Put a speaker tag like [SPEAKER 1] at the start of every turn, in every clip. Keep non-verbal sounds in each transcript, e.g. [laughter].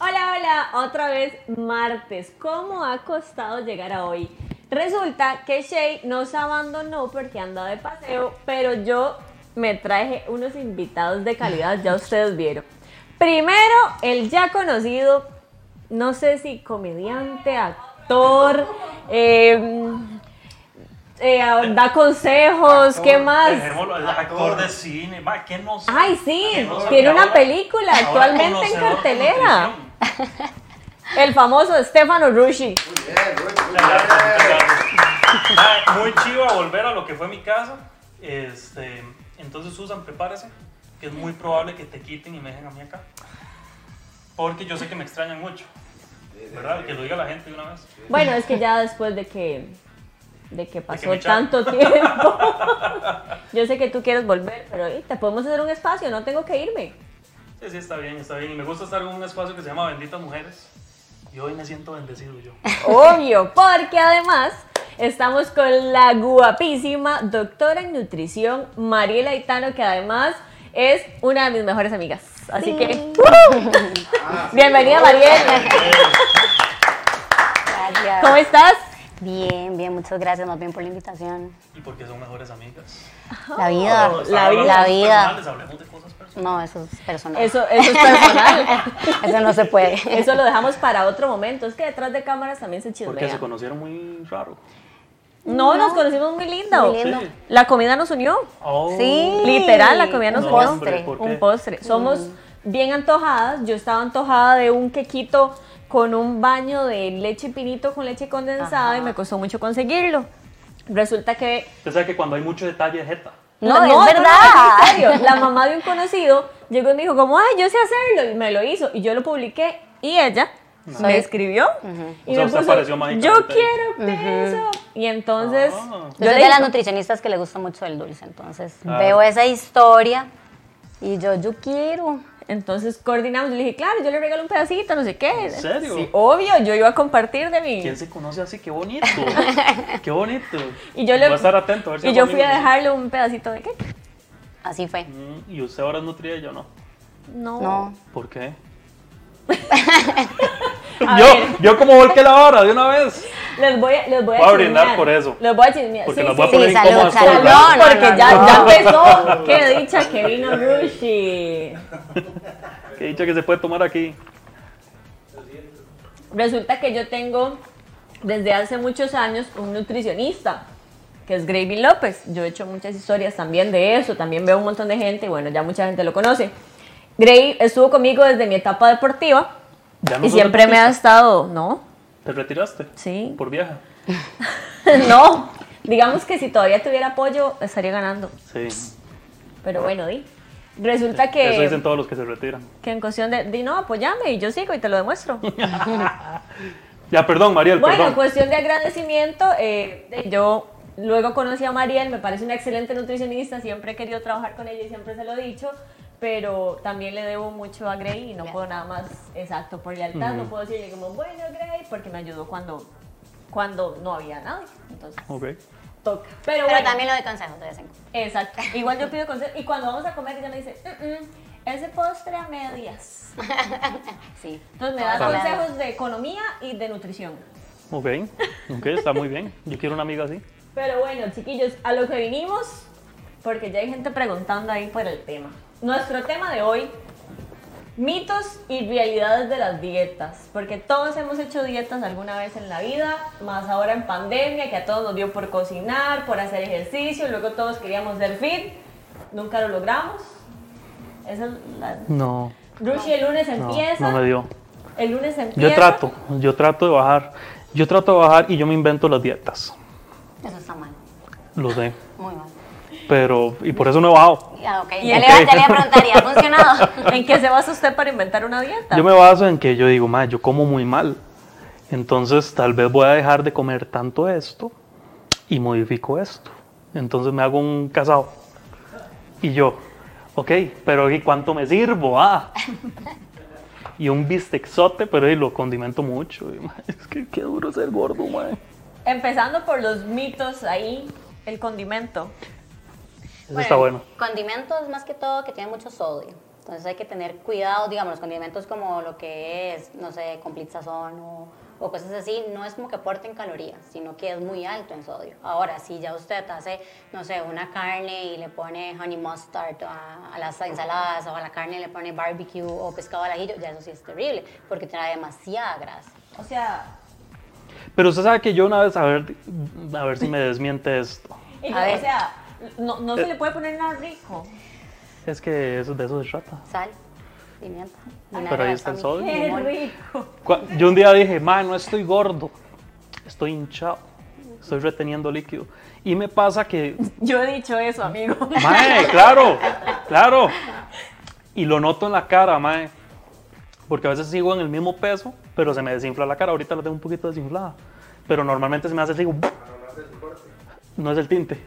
[SPEAKER 1] día, otra vez martes. ¿Cómo ha costado llegar a hoy? Resulta que Shay nos abandonó porque anda de paseo, pero yo me traje unos invitados de calidad, ya ustedes vieron. Primero, el ya conocido, no sé si comediante, actor, eh, eh, da consejos, ¿qué más?
[SPEAKER 2] Dejémoslo, el actor de cine. Va, ¿quién no sabe?
[SPEAKER 1] Ay, sí,
[SPEAKER 2] ¿Quién no sabe?
[SPEAKER 1] tiene una
[SPEAKER 2] Ahora-
[SPEAKER 1] película
[SPEAKER 2] ahora
[SPEAKER 1] actualmente en
[SPEAKER 2] conocedor de
[SPEAKER 1] cartelera.
[SPEAKER 2] nutrición.
[SPEAKER 1] El famoso Stefano Rushi.
[SPEAKER 3] Muy bien, muy bien.
[SPEAKER 2] Muchas gracias, muchas gracias. Ma, Muy chido a volver a lo que fue mi casa. Este, entonces, Susan, prepárese, que es muy probable que te quiten y me dejen a mí acá. Porque yo sé que me extrañan mucho, ¿verdad? Que lo diga la gente de una vez.
[SPEAKER 1] Bueno, es que ya después de que de que pasó
[SPEAKER 2] me echaron.
[SPEAKER 1] tanto tiempo. [laughs] Yo sé que tú quieres volver, pero ey, te podemos hacer un espacio, no tengo que irme.
[SPEAKER 2] Sí, sí, está bien, está bien. Y me gusta estar en un espacio que se llama Benditas Mujeres. Y hoy me siento bendecido yo.
[SPEAKER 1] Obvio, porque además estamos con la guapísima doctora en nutrición Mariela Itano, que además es una de mis mejores amigas. Así que, ¡uh!
[SPEAKER 3] Ah, sí.
[SPEAKER 1] bienvenida Mariela.
[SPEAKER 4] Gracias.
[SPEAKER 1] ¿Cómo estás?
[SPEAKER 4] Bien, bien, muchas gracias más bien por la invitación.
[SPEAKER 2] Y porque son mejores amigas.
[SPEAKER 4] La vida.
[SPEAKER 2] Todos
[SPEAKER 1] Oh, la
[SPEAKER 2] hablamos
[SPEAKER 1] vida.
[SPEAKER 2] de
[SPEAKER 4] La
[SPEAKER 2] cosas
[SPEAKER 4] vida.
[SPEAKER 2] personales, hablemos de cosas personales.
[SPEAKER 4] No, eso es personal.
[SPEAKER 1] Eso, eso es personal.
[SPEAKER 4] Eso no
[SPEAKER 1] [laughs]
[SPEAKER 4] se puede.
[SPEAKER 1] Eso lo dejamos para otro momento. Es que detrás de cámaras también se chismea.
[SPEAKER 2] conocieron muy raro.
[SPEAKER 1] No, nos conocimos muy lindo.
[SPEAKER 4] Muy lindo. Sí.
[SPEAKER 1] La comida nos unió.
[SPEAKER 4] Sí.
[SPEAKER 1] Literal, la comida nos
[SPEAKER 4] un
[SPEAKER 2] no,
[SPEAKER 1] unió.
[SPEAKER 2] hombre,
[SPEAKER 4] postre.
[SPEAKER 2] ¿por qué?
[SPEAKER 1] Un postre. Somos bien antojadas. Yo estaba antojada de un quequito con un baño de leche pinito con leche condensada
[SPEAKER 4] Ajá.
[SPEAKER 1] y me costó mucho conseguirlo. Resulta que
[SPEAKER 2] Usted sabe que cuando hay mucho detalle es jeta.
[SPEAKER 4] No, es
[SPEAKER 1] es
[SPEAKER 4] verdad.
[SPEAKER 1] en serio. La mamá de un conocido llegó y me dijo como, ay, yo sé hacerlo. Y me lo hizo. Y yo lo publiqué. Y ella me
[SPEAKER 4] Soy-
[SPEAKER 1] escribió. Y
[SPEAKER 2] O sea,
[SPEAKER 1] me
[SPEAKER 2] usted
[SPEAKER 1] puso,
[SPEAKER 2] apareció
[SPEAKER 1] yo
[SPEAKER 2] mágicamente.
[SPEAKER 1] quiero queso. Y entonces,
[SPEAKER 2] Ah.
[SPEAKER 4] Yo soy de las nutricionistas que le gusta mucho el dulce, entonces
[SPEAKER 2] Ah.
[SPEAKER 4] veo esa historia y yo, yo quiero.
[SPEAKER 1] entonces coordinamos. Yo le dije, claro, yo le regalo un pedacito, no sé qué.
[SPEAKER 2] ¿En serio?
[SPEAKER 1] Sí, obvio, yo iba a compartir de mí.
[SPEAKER 2] ¿Quién se conoce así?
[SPEAKER 1] [laughs]
[SPEAKER 2] ¡Qué bonito! ¡Qué bonito!
[SPEAKER 1] Y yo le,
[SPEAKER 2] Voy a estar atento. A ver si
[SPEAKER 1] y
[SPEAKER 2] hago
[SPEAKER 1] yo fui a
[SPEAKER 2] amigos.
[SPEAKER 1] dejarle un pedacito de qué.
[SPEAKER 4] Así fue.
[SPEAKER 2] Mm, Y usted ahora es nutrida y yo no.
[SPEAKER 1] No.
[SPEAKER 4] No,
[SPEAKER 2] ¿Por qué?
[SPEAKER 1] [laughs] A
[SPEAKER 2] yo,
[SPEAKER 1] ver.
[SPEAKER 2] yo como volqué la hora de una vez.
[SPEAKER 1] Les voy a, les voy a,
[SPEAKER 2] Voy a brindar
[SPEAKER 1] chismear.
[SPEAKER 2] por eso.
[SPEAKER 1] Les voy a chismear.
[SPEAKER 2] Porque
[SPEAKER 1] sí,
[SPEAKER 2] las
[SPEAKER 1] sí,
[SPEAKER 2] voy a
[SPEAKER 1] sí.
[SPEAKER 2] poner
[SPEAKER 4] sí, salud,
[SPEAKER 2] incómodas. todas.
[SPEAKER 4] salud.
[SPEAKER 1] No,
[SPEAKER 4] No, no,
[SPEAKER 1] porque
[SPEAKER 4] no,
[SPEAKER 1] ya,
[SPEAKER 4] no.
[SPEAKER 1] ya
[SPEAKER 2] [laughs]
[SPEAKER 1] empezó. Qué dicha que vino Rushi.
[SPEAKER 2] Qué dicha que se puede tomar aquí.
[SPEAKER 1] Resulta que yo tengo desde hace muchos años un nutricionista, que es Gravy López. Yo he hecho muchas historias también de eso, también veo un montón de gente, y bueno, ya mucha gente lo conoce. Gravy estuvo conmigo desde mi etapa deportiva
[SPEAKER 2] Ya no
[SPEAKER 1] y
[SPEAKER 2] sos
[SPEAKER 1] siempre me ha
[SPEAKER 2] deportista.
[SPEAKER 1] estado, ¿no? [laughs]
[SPEAKER 2] ¿Te retiraste?
[SPEAKER 1] Sí.
[SPEAKER 2] Por vieja.
[SPEAKER 1] no. Digamos que si todavía tuviera apoyo, estaría ganando.
[SPEAKER 2] Sí.
[SPEAKER 1] Pero bueno, di. Resulta que...
[SPEAKER 2] Eso dicen todos los que se retiran.
[SPEAKER 1] que en cuestión de, di no, apoyame y yo sigo y te lo demuestro.
[SPEAKER 2] Ya, [laughs] perdón, Mariel,
[SPEAKER 1] bueno, en
[SPEAKER 2] perdón.
[SPEAKER 1] cuestión de agradecimiento, eh, de- yo luego conocí a Mariel, me parece una excelente nutricionista, siempre he querido trabajar con ella y siempre se lo he dicho, pero también le debo mucho a Gray y no puedo nada más, exacto, por lealtad, no puedo decirle como, bueno, Gray, porque me ayudó cuando, cuando no había nadie, entonces
[SPEAKER 2] Ok.
[SPEAKER 1] toca. Pero,
[SPEAKER 4] pero
[SPEAKER 1] bueno,
[SPEAKER 4] también lo de consejos de vez en cuando.
[SPEAKER 1] exacto,
[SPEAKER 4] [laughs]
[SPEAKER 1] igual yo pido consejos y cuando vamos a comer ella me dice, "Mm, mm, ese postre a medias.
[SPEAKER 4] Sí.
[SPEAKER 1] Entonces me da
[SPEAKER 4] Claro.
[SPEAKER 1] consejos de economía y de nutrición.
[SPEAKER 2] Ok, ok, está muy bien. Yo quiero una amiga así.
[SPEAKER 1] Pero bueno, chiquillos, a lo que vinimos, porque ya hay gente preguntando ahí por el tema. Nuestro tema de hoy, mitos y realidades de las dietas, porque todos hemos hecho dietas alguna vez en la vida, más ahora en pandemia, que a todos nos dio por cocinar, por hacer ejercicio, luego todos queríamos ser fit, nunca lo logramos. Esa es la...
[SPEAKER 2] No,
[SPEAKER 1] Rushi el lunes
[SPEAKER 2] no,
[SPEAKER 1] empieza.
[SPEAKER 2] no me dio.
[SPEAKER 1] El lunes empieza.
[SPEAKER 2] Yo trato, yo trato de bajar. Yo trato de bajar y yo me invento las dietas.
[SPEAKER 4] Eso está mal,
[SPEAKER 2] Lo sé.
[SPEAKER 4] muy mal.
[SPEAKER 2] Pero, y por eso no he bajado.
[SPEAKER 4] Ya, ok.
[SPEAKER 1] Y
[SPEAKER 4] Ya,
[SPEAKER 1] el-
[SPEAKER 4] le, iba- ya
[SPEAKER 1] [laughs]
[SPEAKER 4] le preguntaría, ¿ha funcionado?
[SPEAKER 1] ¿En qué se basa usted para inventar una dieta?
[SPEAKER 2] Yo me baso en que yo digo, ma, yo como muy mal. Entonces, tal vez voy a dejar de comer tanto esto y modifico esto. Entonces me hago un casado. Y yo, ok, pero ¿y cuánto me sirvo? Ah. Y un bistexote, pero y lo condimento mucho. y, ma, es que qué duro ser gordo, ma.
[SPEAKER 1] Empezando por los mitos ahí, el condimento.
[SPEAKER 2] Eso está bueno.
[SPEAKER 4] Condimentos más que todo que tienen mucho sodio. Entonces hay que tener cuidado, digamos, los condimentos como lo que es, no sé, complete sazón o, o cosas así, no es como que aporten calorías, sino que es muy alto en sodio. Ahora, si ya usted hace, no sé, una carne y le pone honey mustard a, a las ensaladas o a la carne le pone barbecue o pescado al ajillo, ya eso sí es terrible, porque trae demasiada grasa.
[SPEAKER 1] O sea,
[SPEAKER 2] Pero usted sabe que yo una vez, a ver, a ver si me desmiente esto.
[SPEAKER 1] y
[SPEAKER 4] A
[SPEAKER 1] yo, o
[SPEAKER 4] ver. Eh.
[SPEAKER 1] sea, no, no se le puede poner nada rico.
[SPEAKER 2] Es que eso, de eso se trata.
[SPEAKER 4] Sal, pimienta,
[SPEAKER 2] Pero ahí está el sodio.
[SPEAKER 1] Qué
[SPEAKER 4] limón.
[SPEAKER 1] rico.
[SPEAKER 2] Cua- Yo un día dije, man, no estoy gordo, estoy hinchado, estoy reteniendo líquido. Y me pasa que,
[SPEAKER 1] Yo he dicho eso, amigo.
[SPEAKER 2] mae, claro, claro. Y lo noto en la cara, mae. Porque a veces sigo en el mismo peso, pero se me desinfla la cara. Ahorita la tengo un poquito desinflada. Pero normalmente se me hace así, como- No es
[SPEAKER 1] [laughs]
[SPEAKER 2] el tinte.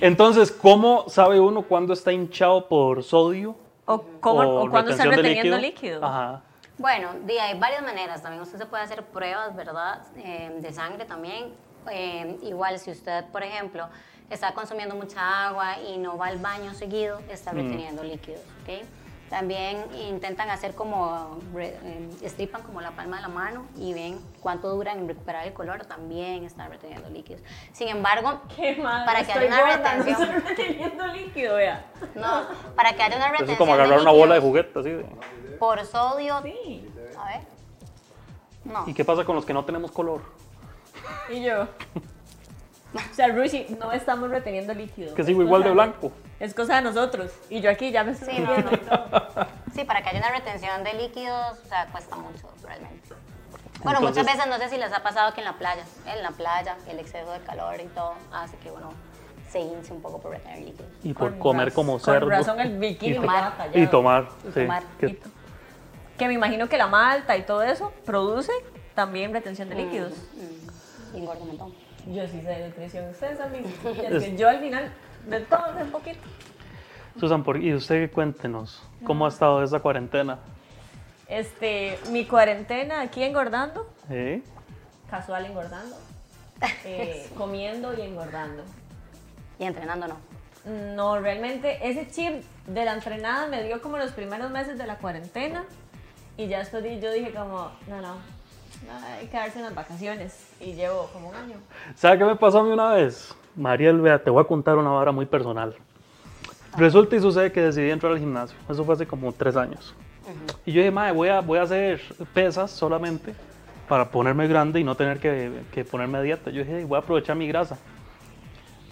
[SPEAKER 2] Entonces, ¿cómo sabe uno cuándo está hinchado por sodio?
[SPEAKER 1] [laughs] O, cómo, o cuando están
[SPEAKER 2] retención de
[SPEAKER 1] reteniendo líquido.
[SPEAKER 2] Ajá.
[SPEAKER 4] Bueno, di, hay varias maneras. También usted se puede hacer pruebas, ¿verdad? Eh, de sangre también. Eh, igual si usted, por ejemplo, está consumiendo mucha agua y no va al baño seguido,
[SPEAKER 2] Mm.
[SPEAKER 4] está reteniendo líquidos, ¿ok? También intentan hacer como, re- eh, estripan como la palma de la mano y ven cuánto duran en recuperar el color, también están reteniendo líquidos. Sin embargo,
[SPEAKER 1] Qué madre,
[SPEAKER 4] Para que
[SPEAKER 1] estoy
[SPEAKER 4] haya una
[SPEAKER 1] gorda, no
[SPEAKER 4] retención.
[SPEAKER 1] estoy [laughs] reteniendo líquido, vea.
[SPEAKER 4] no, para que haya una retención
[SPEAKER 2] Eso es como
[SPEAKER 4] de
[SPEAKER 2] agarrar una bola de
[SPEAKER 4] líquidos
[SPEAKER 2] juguete, así. de-
[SPEAKER 4] Por sodio,
[SPEAKER 1] Sí.
[SPEAKER 4] a ver. No.
[SPEAKER 2] ¿Y qué pasa con los que no tenemos color?
[SPEAKER 1] Y yo. O sea, Rushi, no estamos reteniendo líquido.
[SPEAKER 2] Que
[SPEAKER 1] Es
[SPEAKER 2] sigo igual de
[SPEAKER 1] cosa-
[SPEAKER 2] blanco.
[SPEAKER 1] Es cosa de nosotros. Y yo aquí ya me estoy
[SPEAKER 4] Sí, no,
[SPEAKER 1] viendo.
[SPEAKER 4] Sí, para que haya una retención de líquidos, o sea, cuesta mucho realmente. Bueno,
[SPEAKER 2] Entonces-
[SPEAKER 4] muchas veces no sé si les ha pasado que en la playa, en la playa, el exceso de calor y todo hace que uno se hinche un poco por retener líquidos.
[SPEAKER 2] Y por
[SPEAKER 1] Con
[SPEAKER 2] comer
[SPEAKER 1] raz-
[SPEAKER 2] como
[SPEAKER 1] con
[SPEAKER 2] cerdo.
[SPEAKER 1] razón el bikini
[SPEAKER 2] y,
[SPEAKER 1] me
[SPEAKER 2] to-
[SPEAKER 1] queda tallado.
[SPEAKER 2] y tomar.
[SPEAKER 4] Y
[SPEAKER 2] sí,
[SPEAKER 4] tomar,
[SPEAKER 2] que-
[SPEAKER 1] Y- Que me imagino que la malta y todo eso produce también retención
[SPEAKER 4] Mm.
[SPEAKER 1] de líquidos.
[SPEAKER 4] Y mm, engorda un montón.
[SPEAKER 1] Yo sí sé de nutrición. Ustedes
[SPEAKER 2] [laughs]
[SPEAKER 1] también. Es que yo al final de todo sé un poquito.
[SPEAKER 2] Susan, por, y usted cuéntenos, ¿cómo ha estado esa cuarentena?
[SPEAKER 1] Este, mi cuarentena aquí engordando.
[SPEAKER 2] ¿Eh?
[SPEAKER 1] Casual
[SPEAKER 2] [laughs]
[SPEAKER 1] engordando. eh, comiendo y engordando.
[SPEAKER 4] Y entrenando no.
[SPEAKER 1] No, realmente ese chip de la entrenada me dio como los primeros meses de la cuarentena y ya después di- yo dije como, no, no, no, hay que darse unas vacaciones y llevo como un año.
[SPEAKER 2] ¿Sabe qué me pasó a mí una vez? Mariel, vea, te voy a contar una vara muy personal. Resulta y sucede que decidí entrar al gimnasio. Eso fue hace como tres años. Y yo dije, madre, voy a, voy a hacer pesas solamente para ponerme grande y no tener que, que ponerme a dieta. Yo dije, voy a aprovechar mi grasa.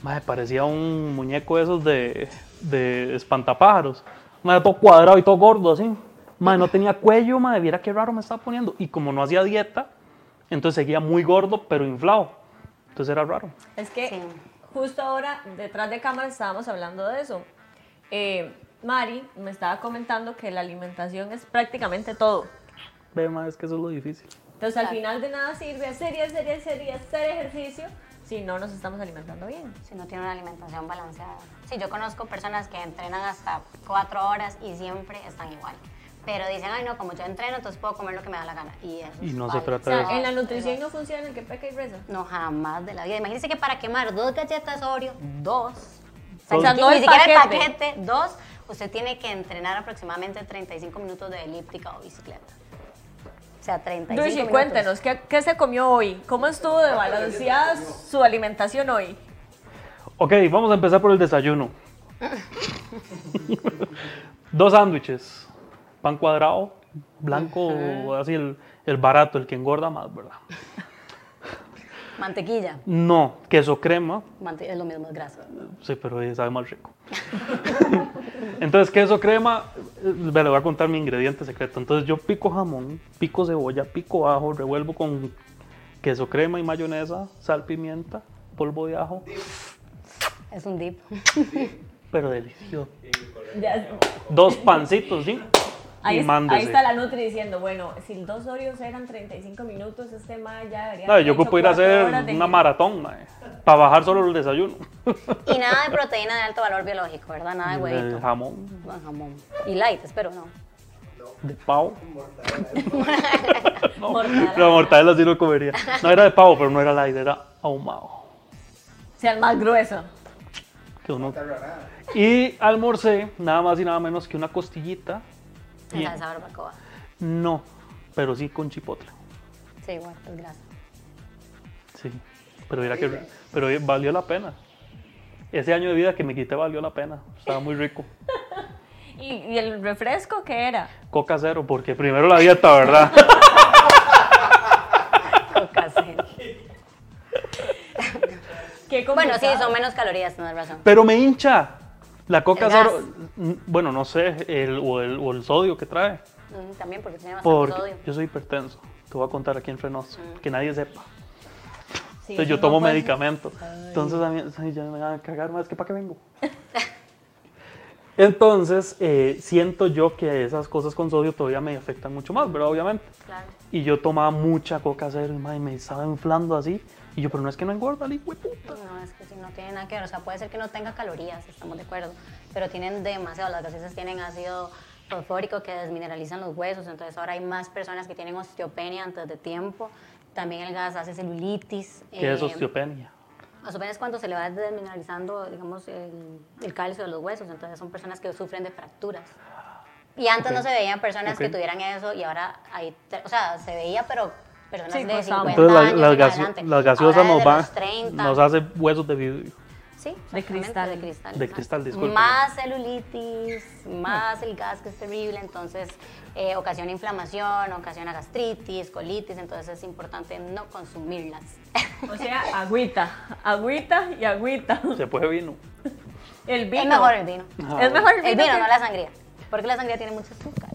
[SPEAKER 2] Madre, parecía un muñeco de esos de, de espantapájaros. Madre, todo cuadrado y todo gordo así. Madre, no tenía cuello, madre, viera qué raro me estaba poniendo. Y como no hacía dieta, entonces seguía muy gordo, pero inflado. Entonces era raro.
[SPEAKER 1] Es que
[SPEAKER 4] Sí.
[SPEAKER 1] justo ahora detrás de cámara estábamos hablando de eso. Eh, Mari me estaba comentando que la alimentación es prácticamente todo.
[SPEAKER 2] Ve, madre, es que eso es lo difícil.
[SPEAKER 1] Entonces al final de nada sirve hacer y hacer y hacer y hacer ejercicio si no nos estamos alimentando bien.
[SPEAKER 4] Si no tiene una alimentación balanceada. Sí, yo conozco personas que entrenan hasta cuatro horas y siempre están igual. Pero dicen, ay no, como yo entreno, entonces puedo comer lo que me da la gana. Y, eso
[SPEAKER 2] Y
[SPEAKER 4] es
[SPEAKER 2] no se
[SPEAKER 4] falso.
[SPEAKER 2] trata
[SPEAKER 1] O
[SPEAKER 2] de
[SPEAKER 1] sea,
[SPEAKER 2] eso.
[SPEAKER 1] en la nutrición no funciona el que peca y reza.
[SPEAKER 4] No, jamás de la vida. Imagínense que para quemar dos galletas Oreo, dos,
[SPEAKER 2] Mm. Dos.
[SPEAKER 4] o sea, ni-
[SPEAKER 1] No
[SPEAKER 4] ni
[SPEAKER 1] el
[SPEAKER 4] siquiera el
[SPEAKER 1] paquete.
[SPEAKER 4] paquete, dos, usted tiene que entrenar aproximadamente 35 minutos de elíptica o bicicleta. O sea, 35
[SPEAKER 1] Luigi,
[SPEAKER 4] minutos.
[SPEAKER 1] cuéntenos, ¿qué, qué se comió hoy? ¿Cómo estuvo de balanceada su alimentación hoy?
[SPEAKER 2] Ok, vamos a empezar por el desayuno. [laughs] Dos sándwiches. Pan cuadrado, blanco, así el, el barato, el que engorda más, ¿verdad?
[SPEAKER 4] Mantequilla.
[SPEAKER 2] No, queso crema.
[SPEAKER 4] Mante- es lo mismo, es grasa.
[SPEAKER 2] Sí, pero ella sabe más rico. Entonces, queso crema, eh, me le voy a contar mi ingrediente secreto. Entonces, yo pico jamón, pico cebolla, pico ajo, revuelvo con queso crema y mayonesa, sal, pimienta, polvo de ajo,
[SPEAKER 4] Es un dip.
[SPEAKER 2] pero delicioso.
[SPEAKER 1] Ya-
[SPEAKER 2] Dos pancitos, ¿sí?
[SPEAKER 1] ahí,
[SPEAKER 2] y
[SPEAKER 1] es-
[SPEAKER 2] mándese.
[SPEAKER 1] ahí está la Nutri diciendo, bueno, si dos Oreos eran 35 minutos, este ma ya debería.
[SPEAKER 2] No,
[SPEAKER 1] haber
[SPEAKER 2] yo
[SPEAKER 1] hecho
[SPEAKER 2] ocupo ir a
[SPEAKER 1] cuatro
[SPEAKER 2] hacer
[SPEAKER 1] horas de-
[SPEAKER 2] una maratón, para bajar solo el desayuno.
[SPEAKER 4] [laughs] Y nada de proteína de alto valor biológico, ¿verdad?
[SPEAKER 1] Ah,
[SPEAKER 2] [laughs]
[SPEAKER 4] Nada de
[SPEAKER 2] el
[SPEAKER 4] huevito.
[SPEAKER 2] jamón
[SPEAKER 4] Con jamón. Y light, espero, ¿no?
[SPEAKER 2] de pavo. No,
[SPEAKER 1] Mortadela.
[SPEAKER 2] [laughs] la mortadela sí lo comería. No era de pavo, pero no era light, era ahumado.
[SPEAKER 1] O sea, el más grueso.
[SPEAKER 2] que uno- Y almorcé nada más y nada menos que una costillita.
[SPEAKER 4] En
[SPEAKER 2] y-
[SPEAKER 4] salsa barbacoa.
[SPEAKER 2] No, pero sí con chipotle.
[SPEAKER 4] Sí, igual,
[SPEAKER 2] [laughs]
[SPEAKER 4] es grasa.
[SPEAKER 2] Sí, pero mira que pero valió la pena. Ese año de vida que me quité valió la pena. Estaba muy rico.
[SPEAKER 1] ¿Y, y el refresco qué era?
[SPEAKER 2] Coca cero, porque primero la dieta, ¿verdad?
[SPEAKER 4] Coca cero.
[SPEAKER 1] Qué
[SPEAKER 4] Bueno, sí,
[SPEAKER 1] complicado.
[SPEAKER 4] son menos calorías, tienes razón.
[SPEAKER 2] Pero me hincha. La coca
[SPEAKER 4] El
[SPEAKER 2] cero, n- bueno, no sé, el, o, el, o el sodio que trae.
[SPEAKER 4] Mm, También porque tiene bastante
[SPEAKER 2] Porque
[SPEAKER 4] sodio.
[SPEAKER 2] yo soy hipertenso. Te voy a contar aquí en Frenoso, que nadie sepa.
[SPEAKER 1] Sí,
[SPEAKER 2] Entonces yo
[SPEAKER 1] no
[SPEAKER 2] tomo
[SPEAKER 1] puedes-
[SPEAKER 2] medicamento. Entonces a mí ay, ya me van a cagar más que para qué vengo. [laughs] Entonces eh, siento yo que esas cosas con sodio todavía me afectan mucho más, ¿verdad? Obviamente.
[SPEAKER 4] Claro.
[SPEAKER 2] Y yo tomaba mucha coca cero y mae, me estaba inflando así. Y yo, pero no es que no engorda, le hijo de puta.
[SPEAKER 4] Pues No, es que si no tiene nada que ver. O sea, puede ser que no tenga calorías, estamos de acuerdo. Pero tienen demasiado. Las gaseosas tienen ácido fosfórico que desmineralizan los huesos. Entonces ahora hay más personas que tienen osteopenia antes de tiempo. También el gas hace celulitis.
[SPEAKER 2] Que es
[SPEAKER 4] eh,
[SPEAKER 2] osteopenia.
[SPEAKER 4] Osteopenia es cuando se le va desmineralizando, digamos, el, el calcio de los huesos. Entonces son personas que sufren de fracturas. Y antes no
[SPEAKER 2] Ok.
[SPEAKER 4] se veían personas
[SPEAKER 2] Ok.
[SPEAKER 4] que tuvieran eso y ahora hay, tre- o sea, se veía, pero personas
[SPEAKER 1] Sí,
[SPEAKER 4] de
[SPEAKER 1] costaba
[SPEAKER 4] 50
[SPEAKER 2] Entonces la-
[SPEAKER 4] años
[SPEAKER 2] las,
[SPEAKER 4] en
[SPEAKER 2] gaseo-
[SPEAKER 4] adelante.
[SPEAKER 2] las gaseosas
[SPEAKER 4] Ahora
[SPEAKER 2] nos,
[SPEAKER 4] desde
[SPEAKER 2] va-
[SPEAKER 4] los 30.
[SPEAKER 2] nos hace huesos de vidrio.
[SPEAKER 4] Sí,
[SPEAKER 1] De
[SPEAKER 4] exactamente,
[SPEAKER 1] cristal.
[SPEAKER 4] De cristal,
[SPEAKER 2] De
[SPEAKER 4] exacto.
[SPEAKER 2] cristal, Mm. disculpe.
[SPEAKER 4] Más celulitis, más el gas que es terrible, entonces eh, ocasiona inflamación, ocasiona gastritis, colitis, entonces es importante no consumirlas. [laughs]
[SPEAKER 1] O sea, agüita, agüita y agüita.
[SPEAKER 2] Se puede vino.
[SPEAKER 1] El vino.
[SPEAKER 4] Es mejor el vino.
[SPEAKER 2] Ah,
[SPEAKER 1] Es mejor el vino.
[SPEAKER 4] El vino,
[SPEAKER 1] que-
[SPEAKER 4] no la sangría, porque la sangría tiene mucho azúcar.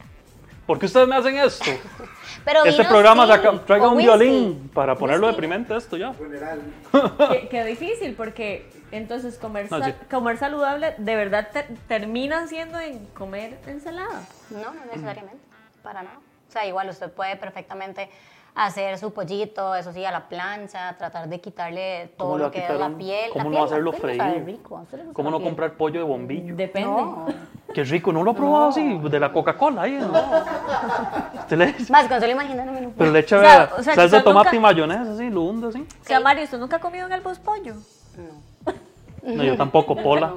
[SPEAKER 2] ¿Por qué ustedes me hacen
[SPEAKER 4] [laughs]
[SPEAKER 2] esto?
[SPEAKER 4] Pero
[SPEAKER 2] este
[SPEAKER 4] vino
[SPEAKER 2] programa
[SPEAKER 4] sí,
[SPEAKER 2] saca- traiga
[SPEAKER 4] o
[SPEAKER 2] un
[SPEAKER 4] whisky.
[SPEAKER 2] violín para ponerlo
[SPEAKER 4] Whisky.
[SPEAKER 2] deprimente esto ya.
[SPEAKER 1] Qué, qué difícil, porque entonces comer,
[SPEAKER 2] No,
[SPEAKER 1] sal-
[SPEAKER 2] sí.
[SPEAKER 1] comer saludable de verdad te- termina siendo en comer ensalada.
[SPEAKER 4] No, no necesariamente, para nada. O sea, igual usted puede perfectamente hacer su pollito, eso sí, a la plancha, tratar de quitarle
[SPEAKER 2] ¿Cómo
[SPEAKER 4] todo
[SPEAKER 2] le va
[SPEAKER 4] lo
[SPEAKER 2] a
[SPEAKER 4] que es
[SPEAKER 2] quitar
[SPEAKER 4] la
[SPEAKER 2] un-
[SPEAKER 4] piel.
[SPEAKER 2] cómo
[SPEAKER 4] la
[SPEAKER 2] no
[SPEAKER 4] piel-
[SPEAKER 2] hacerlo
[SPEAKER 4] la piel sabe
[SPEAKER 2] freír?
[SPEAKER 4] rico, ¿a usted le gusta
[SPEAKER 2] ¿Cómo
[SPEAKER 4] la
[SPEAKER 2] no
[SPEAKER 4] piel?
[SPEAKER 2] comprar pollo de bombillo?
[SPEAKER 1] Depende.
[SPEAKER 4] No.
[SPEAKER 2] Qué rico, no lo he probado así, de la Coca-Cola ahí. ¿no? Usted le
[SPEAKER 1] [laughs]
[SPEAKER 2] echa-
[SPEAKER 4] Más, con solo imaginándome no
[SPEAKER 2] pero
[SPEAKER 4] puedo.
[SPEAKER 2] le echa
[SPEAKER 1] O sea,
[SPEAKER 2] vea,
[SPEAKER 1] o sea,
[SPEAKER 2] salsa
[SPEAKER 1] quizás
[SPEAKER 2] de tomate
[SPEAKER 1] nunca-
[SPEAKER 2] y mayonesa, así, lo hunde así.
[SPEAKER 1] O sea, Mario, ¿usted nunca ha comido un albos pollo?
[SPEAKER 2] No, yo tampoco, pola.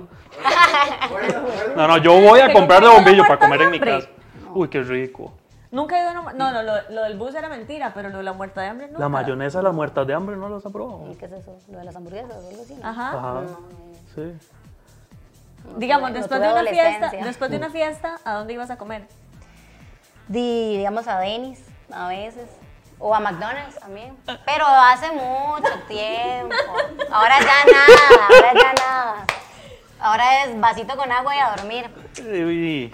[SPEAKER 2] No, no, yo voy a
[SPEAKER 1] Te
[SPEAKER 2] comprar de
[SPEAKER 1] compré una
[SPEAKER 2] bombillo para
[SPEAKER 1] muerta de
[SPEAKER 2] comer en mi
[SPEAKER 1] hambre.
[SPEAKER 2] casa. Uy, qué rico.
[SPEAKER 1] Nunca he ido a una- No, no, lo, lo del bus era mentira, pero lo de la muerta de hambre nunca.
[SPEAKER 2] La mayonesa de las muertas de hambre no las ha probado.
[SPEAKER 4] ¿Y [laughs] ¿Qué es eso? ¿Lo de las hamburguesas o algo así? no?
[SPEAKER 1] Ajá.
[SPEAKER 2] Ajá. Sí.
[SPEAKER 4] No
[SPEAKER 1] Digamos,
[SPEAKER 4] tuve- no
[SPEAKER 1] después
[SPEAKER 4] tuve
[SPEAKER 1] de una fiesta,
[SPEAKER 4] adolescencia.
[SPEAKER 1] después de una fiesta, ¿a dónde ibas a comer?
[SPEAKER 4] Di- digamos, a Denis a veces. O a McDonald's también. Pero hace mucho tiempo. Ahora ya nada, ahora ya nada. Ahora es vasito con agua y a dormir.
[SPEAKER 2] Y-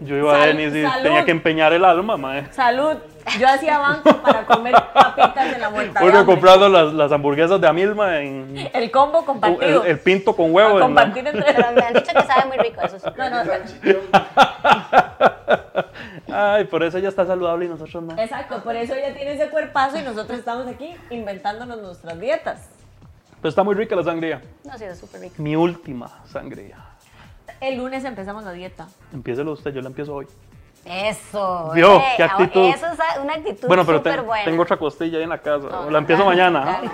[SPEAKER 2] Yo iba a
[SPEAKER 1] Sal-
[SPEAKER 2] Denis y
[SPEAKER 1] salud.
[SPEAKER 2] tenía que empeñar el alma, mae.
[SPEAKER 1] Salud. Yo hacía banco para comer papitas de la muerta de
[SPEAKER 2] Uno
[SPEAKER 1] hambre.
[SPEAKER 2] comprando las, las hamburguesas de Amilma en
[SPEAKER 1] El combo compartido.
[SPEAKER 2] el, el pinto con huevo. en la-
[SPEAKER 1] compartir
[SPEAKER 4] [laughs]
[SPEAKER 1] entre
[SPEAKER 4] Pero me han dicho que sabe muy rico, eso sí.
[SPEAKER 1] No, no, no.
[SPEAKER 2] Ay, por eso ella está saludable y nosotros no.
[SPEAKER 1] Exacto, por eso ella tiene ese cuerpazo y nosotros estamos aquí inventándonos nuestras dietas.
[SPEAKER 2] Pero Pues está muy rica la sangría.
[SPEAKER 4] No, sí, es súper rico.
[SPEAKER 2] Mi última sangría.
[SPEAKER 1] El lunes empezamos la dieta.
[SPEAKER 2] Empiécelo usted, yo la empiezo hoy.
[SPEAKER 4] Eso.
[SPEAKER 2] Vio,
[SPEAKER 4] eh,
[SPEAKER 2] qué actitud.
[SPEAKER 4] Eso es una actitud
[SPEAKER 2] bueno, pero
[SPEAKER 4] súper
[SPEAKER 2] te-
[SPEAKER 4] buena.
[SPEAKER 2] tengo otra costilla ahí en la casa.
[SPEAKER 4] Ah,
[SPEAKER 2] la empiezo
[SPEAKER 4] claro,
[SPEAKER 2] mañana.
[SPEAKER 4] claro.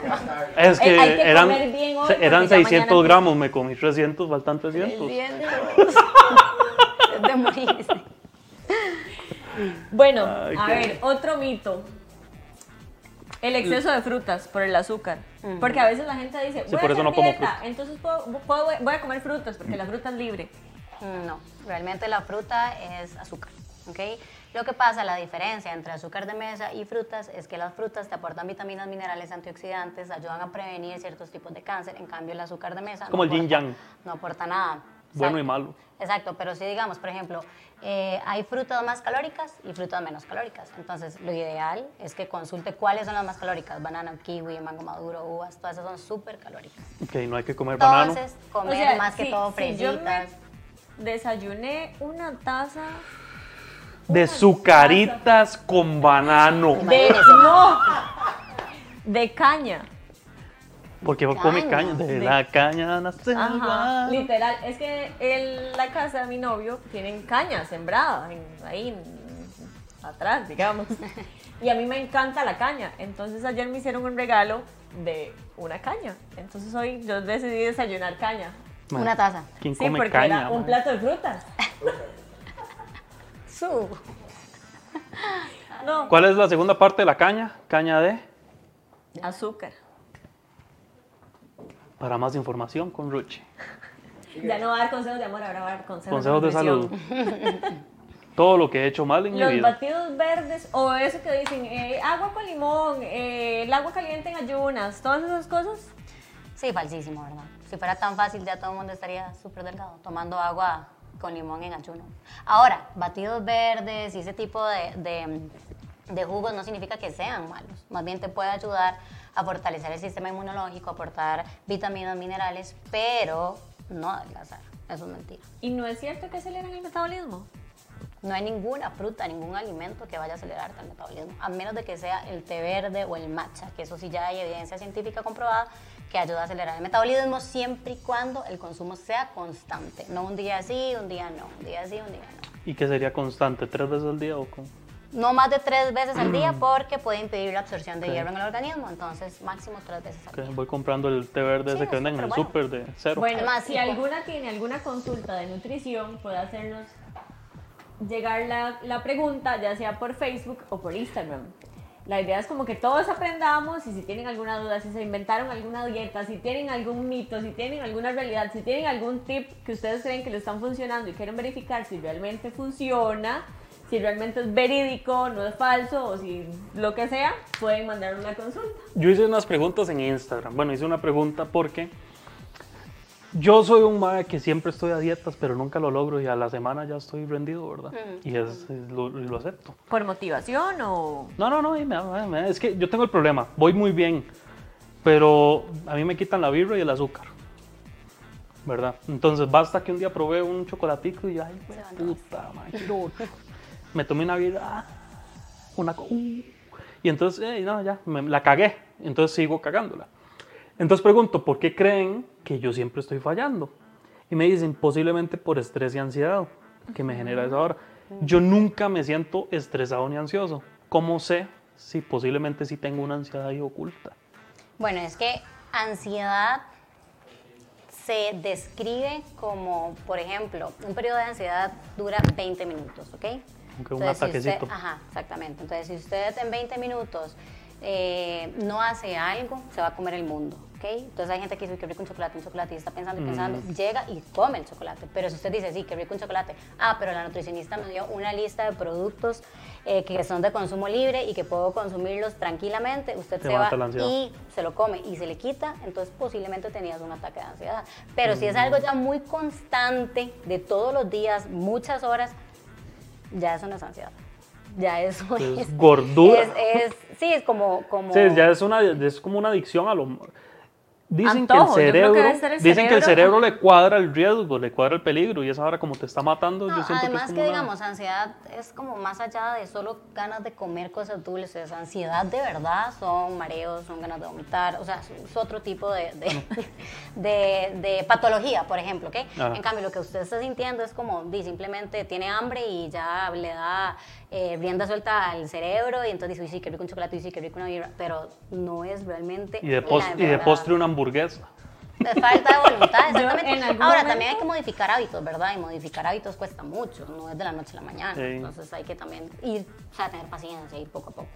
[SPEAKER 2] Es que,
[SPEAKER 1] Eh, hay que
[SPEAKER 2] eran,
[SPEAKER 1] comer bien hoy
[SPEAKER 2] se-
[SPEAKER 1] porque
[SPEAKER 2] eran
[SPEAKER 1] ya mañana
[SPEAKER 2] 600
[SPEAKER 1] empieza.
[SPEAKER 2] gramos, me comí 300, faltan 300.
[SPEAKER 4] [laughs] Es de morirse.
[SPEAKER 1] Bueno,
[SPEAKER 2] Ay,
[SPEAKER 1] a
[SPEAKER 2] qué-
[SPEAKER 1] ver, otro mito. El exceso de frutas por el azúcar. Porque a veces la gente dice, voy a
[SPEAKER 2] por eso
[SPEAKER 1] hacer
[SPEAKER 2] no como
[SPEAKER 1] dieta,
[SPEAKER 2] frutas.
[SPEAKER 1] entonces puedo- puedo- voy a comer frutas porque la fruta es libre.
[SPEAKER 4] No, realmente la fruta es azúcar, ¿ok? Lo que pasa, la diferencia entre azúcar de mesa y frutas es que las frutas te aportan vitaminas, minerales, antioxidantes, ayudan a prevenir ciertos tipos de cáncer, en cambio el azúcar de mesa...
[SPEAKER 2] Como el yin
[SPEAKER 4] aporta-
[SPEAKER 2] yang.
[SPEAKER 4] No aporta nada.
[SPEAKER 2] Bueno y
[SPEAKER 4] Exacto.
[SPEAKER 2] malo.
[SPEAKER 4] Exacto, pero si digamos, por ejemplo, eh, hay frutas más calóricas y frutas menos calóricas. Entonces, lo ideal es que consulte cuáles son las más calóricas. Banana, kiwi, mango maduro, uvas, todas esas son súper calóricas.
[SPEAKER 2] Ok, no hay que comer banano.
[SPEAKER 4] Entonces, comer
[SPEAKER 1] O sea,
[SPEAKER 4] más que
[SPEAKER 1] si-
[SPEAKER 4] todo
[SPEAKER 1] si yo me
[SPEAKER 4] fresitas.
[SPEAKER 1] Desayuné una taza
[SPEAKER 2] De sucaritas con banano.
[SPEAKER 1] de...
[SPEAKER 4] Imagínese.
[SPEAKER 1] ¡No! De caña.
[SPEAKER 2] Porque come caña.
[SPEAKER 4] Caña.
[SPEAKER 2] De
[SPEAKER 1] De-
[SPEAKER 2] la caña nace el
[SPEAKER 1] Ajá,
[SPEAKER 2] banano.
[SPEAKER 1] literal. Es que en la casa de mi novio tienen caña sembrada en- ahí en- atrás, digamos. Y a mí me encanta la caña. Entonces ayer me hicieron un regalo de una caña. Entonces hoy yo decidí desayunar caña.
[SPEAKER 2] Mae,
[SPEAKER 4] Una taza.
[SPEAKER 2] ¿Quién
[SPEAKER 1] sí,
[SPEAKER 2] come
[SPEAKER 1] porque
[SPEAKER 2] caña?
[SPEAKER 1] era un
[SPEAKER 2] mae?
[SPEAKER 1] plato de frutas.
[SPEAKER 4] Su.
[SPEAKER 1] No,
[SPEAKER 2] ¿Cuál es la segunda parte de la caña? Caña de.
[SPEAKER 1] azúcar.
[SPEAKER 2] Para más información con Ruchi.
[SPEAKER 1] Ya no va a dar consejos de amor, ahora va a dar consejos,
[SPEAKER 2] Consejos de salud.
[SPEAKER 1] nutrición.
[SPEAKER 2] Todo lo que he hecho mal en mi
[SPEAKER 1] Los
[SPEAKER 2] vida.
[SPEAKER 1] batidos verdes o eso que dicen, eh, agua con limón, eh, el agua caliente en ayunas, todas esas cosas.
[SPEAKER 4] Sí, falsísimo, ¿verdad? Si fuera tan fácil, ya todo el mundo estaría súper delgado, tomando agua con limón en ayuno. Ahora, batidos verdes y ese tipo de, de- de jugos no significa que sean malos. Más bien te puede ayudar a fortalecer el sistema inmunológico, aportar vitaminas, minerales, pero no adelgazar. Eso es mentira.
[SPEAKER 1] Y no es cierto que aceleran el metabolismo.
[SPEAKER 4] No hay ninguna fruta, ningún alimento que vaya a acelerar el metabolismo, a menos de que sea el té verde o el matcha, que eso sí ya hay evidencia científica comprobada que ayuda a acelerar el metabolismo siempre y cuando el consumo sea constante. No un día sí, un día no, un día sí, un día no.
[SPEAKER 2] ¿Y que sería constante? ¿Tres veces al día o cómo?
[SPEAKER 4] No más de tres veces al día porque puede impedir la absorción de hierro en el organismo, entonces máximo tres veces al
[SPEAKER 2] Ok,
[SPEAKER 4] día.
[SPEAKER 2] Voy comprando el té verde
[SPEAKER 4] Sí,
[SPEAKER 2] ese que
[SPEAKER 4] es
[SPEAKER 2] venden en el
[SPEAKER 4] superbueno.
[SPEAKER 2] súper de cero.
[SPEAKER 1] Bueno,
[SPEAKER 4] Además,
[SPEAKER 1] si
[SPEAKER 4] sí, pues.
[SPEAKER 1] alguna tiene alguna consulta de nutrición, puede hacernos llegar la, la pregunta, ya sea por Facebook o por Instagram. La idea es como que todos aprendamos y si tienen alguna duda, si se inventaron alguna dieta, si tienen algún mito, si tienen alguna realidad, si tienen algún tip que ustedes creen que le están funcionando y quieren verificar si realmente funciona, si realmente es verídico, no es falso o si lo que sea, pueden mandar una consulta.
[SPEAKER 2] Yo hice unas preguntas en Instagram. Bueno, hice una pregunta porque yo soy un mae que siempre estoy a dietas, pero nunca lo logro y a la semana ya estoy rendido, ¿verdad? Y es, es lo- lo acepto.
[SPEAKER 1] ¿Por motivación o...?
[SPEAKER 2] No, no, no, y me- me- me- es que yo tengo el problema, voy muy bien, pero a mí me quitan la birra y el azúcar, ¿verdad? Entonces basta que un día probé un chocolatico y ay,
[SPEAKER 4] Se van
[SPEAKER 2] puta, man, quiero otro. me tomé una birra, ah, una co- uh, y entonces, eh, no, ya, me- la cagué, entonces sigo cagándola. Entonces pregunto, ¿por qué creen que yo siempre estoy fallando? Y me dicen, posiblemente por estrés y ansiedad que me genera esa hora. Yo nunca me siento estresado ni ansioso. ¿Cómo sé si posiblemente sí tengo una ansiedad ahí oculta?
[SPEAKER 4] Bueno, es que ansiedad se describe como, por ejemplo, un periodo de ansiedad dura 20 minutos, ¿ok?
[SPEAKER 2] Aunque un
[SPEAKER 4] si usted-
[SPEAKER 2] ataquecito.
[SPEAKER 4] ajá, exactamente. Entonces, si usted en 20 minutos eh, no hace algo, se va a comer el mundo, ¿ok? Entonces, hay gente que dice, qué rico un chocolate, un chocolate, y está pensando y
[SPEAKER 2] Mm.
[SPEAKER 4] pensando, llega y come el chocolate. Pero si usted dice, sí, qué rico un chocolate, ah, pero la nutricionista me dio una lista de productos eh, que son de consumo libre y que puedo consumirlos tranquilamente, usted
[SPEAKER 2] Te
[SPEAKER 4] se
[SPEAKER 2] mata
[SPEAKER 4] va
[SPEAKER 2] la ansiedad.
[SPEAKER 4] y se lo come y se le quita, entonces posiblemente tenías un ataque de ansiedad. Pero si es
[SPEAKER 2] Mm.
[SPEAKER 4] algo ya muy constante, de todos los días, muchas horas, ya eso no es ansiedad. Ya eso
[SPEAKER 2] Es
[SPEAKER 4] [laughs] es,
[SPEAKER 2] gordura.
[SPEAKER 4] Es, es- sí, es como... como
[SPEAKER 2] Sí, ya es, una, es como una adicción a lo... Dicen
[SPEAKER 1] Antojo,
[SPEAKER 2] que el
[SPEAKER 1] yo creo
[SPEAKER 2] cerebro,
[SPEAKER 1] que debe ser el
[SPEAKER 2] dicen que el
[SPEAKER 1] cerebro.
[SPEAKER 2] cerebro le cuadra el riesgo, le cuadra el peligro y esa hora como te está matando,
[SPEAKER 4] No,
[SPEAKER 2] yo siento
[SPEAKER 4] además
[SPEAKER 2] que es
[SPEAKER 4] que,
[SPEAKER 2] como una-
[SPEAKER 4] digamos, ansiedad es como más allá de solo ganas de comer cosas dulces. Ansiedad de verdad son mareos, son ganas de vomitar, o sea, es otro tipo de, de, [laughs] de- de patología, por ejemplo, ¿ok?
[SPEAKER 2] Ajá.
[SPEAKER 4] En cambio, lo que usted está sintiendo es como, di, simplemente tiene hambre y ya le da eh, rienda suelta al cerebro y entonces dice, uy, sí, qué rico un chocolate, uy, sí, qué rico una birra, pero no es realmente
[SPEAKER 2] y de,
[SPEAKER 4] la
[SPEAKER 2] pos- y de
[SPEAKER 4] verdad.
[SPEAKER 2] postre una hamburguesa.
[SPEAKER 4] De falta
[SPEAKER 1] [laughs]
[SPEAKER 4] de voluntad, exactamente.
[SPEAKER 1] en algún
[SPEAKER 4] Ahora,
[SPEAKER 1] momento-
[SPEAKER 4] también hay que modificar hábitos, ¿verdad? Y modificar hábitos cuesta mucho, no es de la noche a la mañana.
[SPEAKER 2] Sí.
[SPEAKER 4] Entonces hay que también ir, o sea, tener paciencia, ir poco a poco.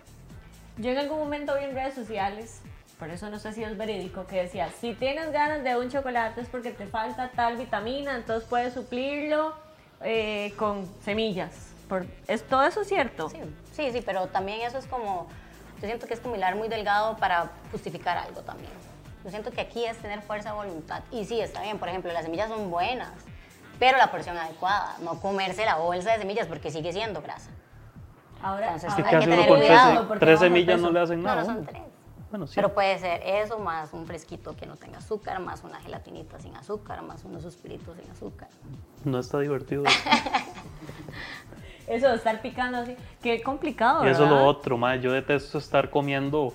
[SPEAKER 1] Yo en algún momento vi en redes sociales, por eso no sé si es verídico, que decía, si tienes ganas de un chocolate es porque te falta tal vitamina, entonces puedes suplirlo eh, con semillas. Por- ¿Es todo eso cierto?
[SPEAKER 4] Sí, sí, sí, pero también eso es como, yo siento que es como hilar muy delgado para justificar algo también. Yo siento que aquí es tener fuerza de voluntad. Y sí, está bien, por ejemplo, las semillas son buenas, pero la porción adecuada, no comerse la bolsa de semillas porque sigue siendo grasa.
[SPEAKER 1] Ahora,
[SPEAKER 4] Entonces,
[SPEAKER 1] ahora
[SPEAKER 2] ¿Qué
[SPEAKER 4] hay
[SPEAKER 1] hay
[SPEAKER 4] que
[SPEAKER 2] hace uno
[SPEAKER 4] tener
[SPEAKER 2] con tres,
[SPEAKER 4] cuidado pues,
[SPEAKER 1] porque
[SPEAKER 2] tres
[SPEAKER 1] baja de
[SPEAKER 2] semillas?
[SPEAKER 1] peso.
[SPEAKER 2] No le hacen
[SPEAKER 4] No,
[SPEAKER 2] nada.
[SPEAKER 4] no
[SPEAKER 2] ¿no?
[SPEAKER 4] son tres.
[SPEAKER 2] Bueno, sí.
[SPEAKER 4] Pero puede ser eso, más un fresquito que no tenga azúcar, más una gelatinita sin azúcar, más unos suspiritos sin azúcar.
[SPEAKER 2] No está
[SPEAKER 1] [laughs]
[SPEAKER 2] divertido.
[SPEAKER 1] Eso de estar picando así, qué complicado,
[SPEAKER 2] Y eso es lo
[SPEAKER 1] ¿verdad?
[SPEAKER 2] otro, mae. Yo detesto estar comiendo.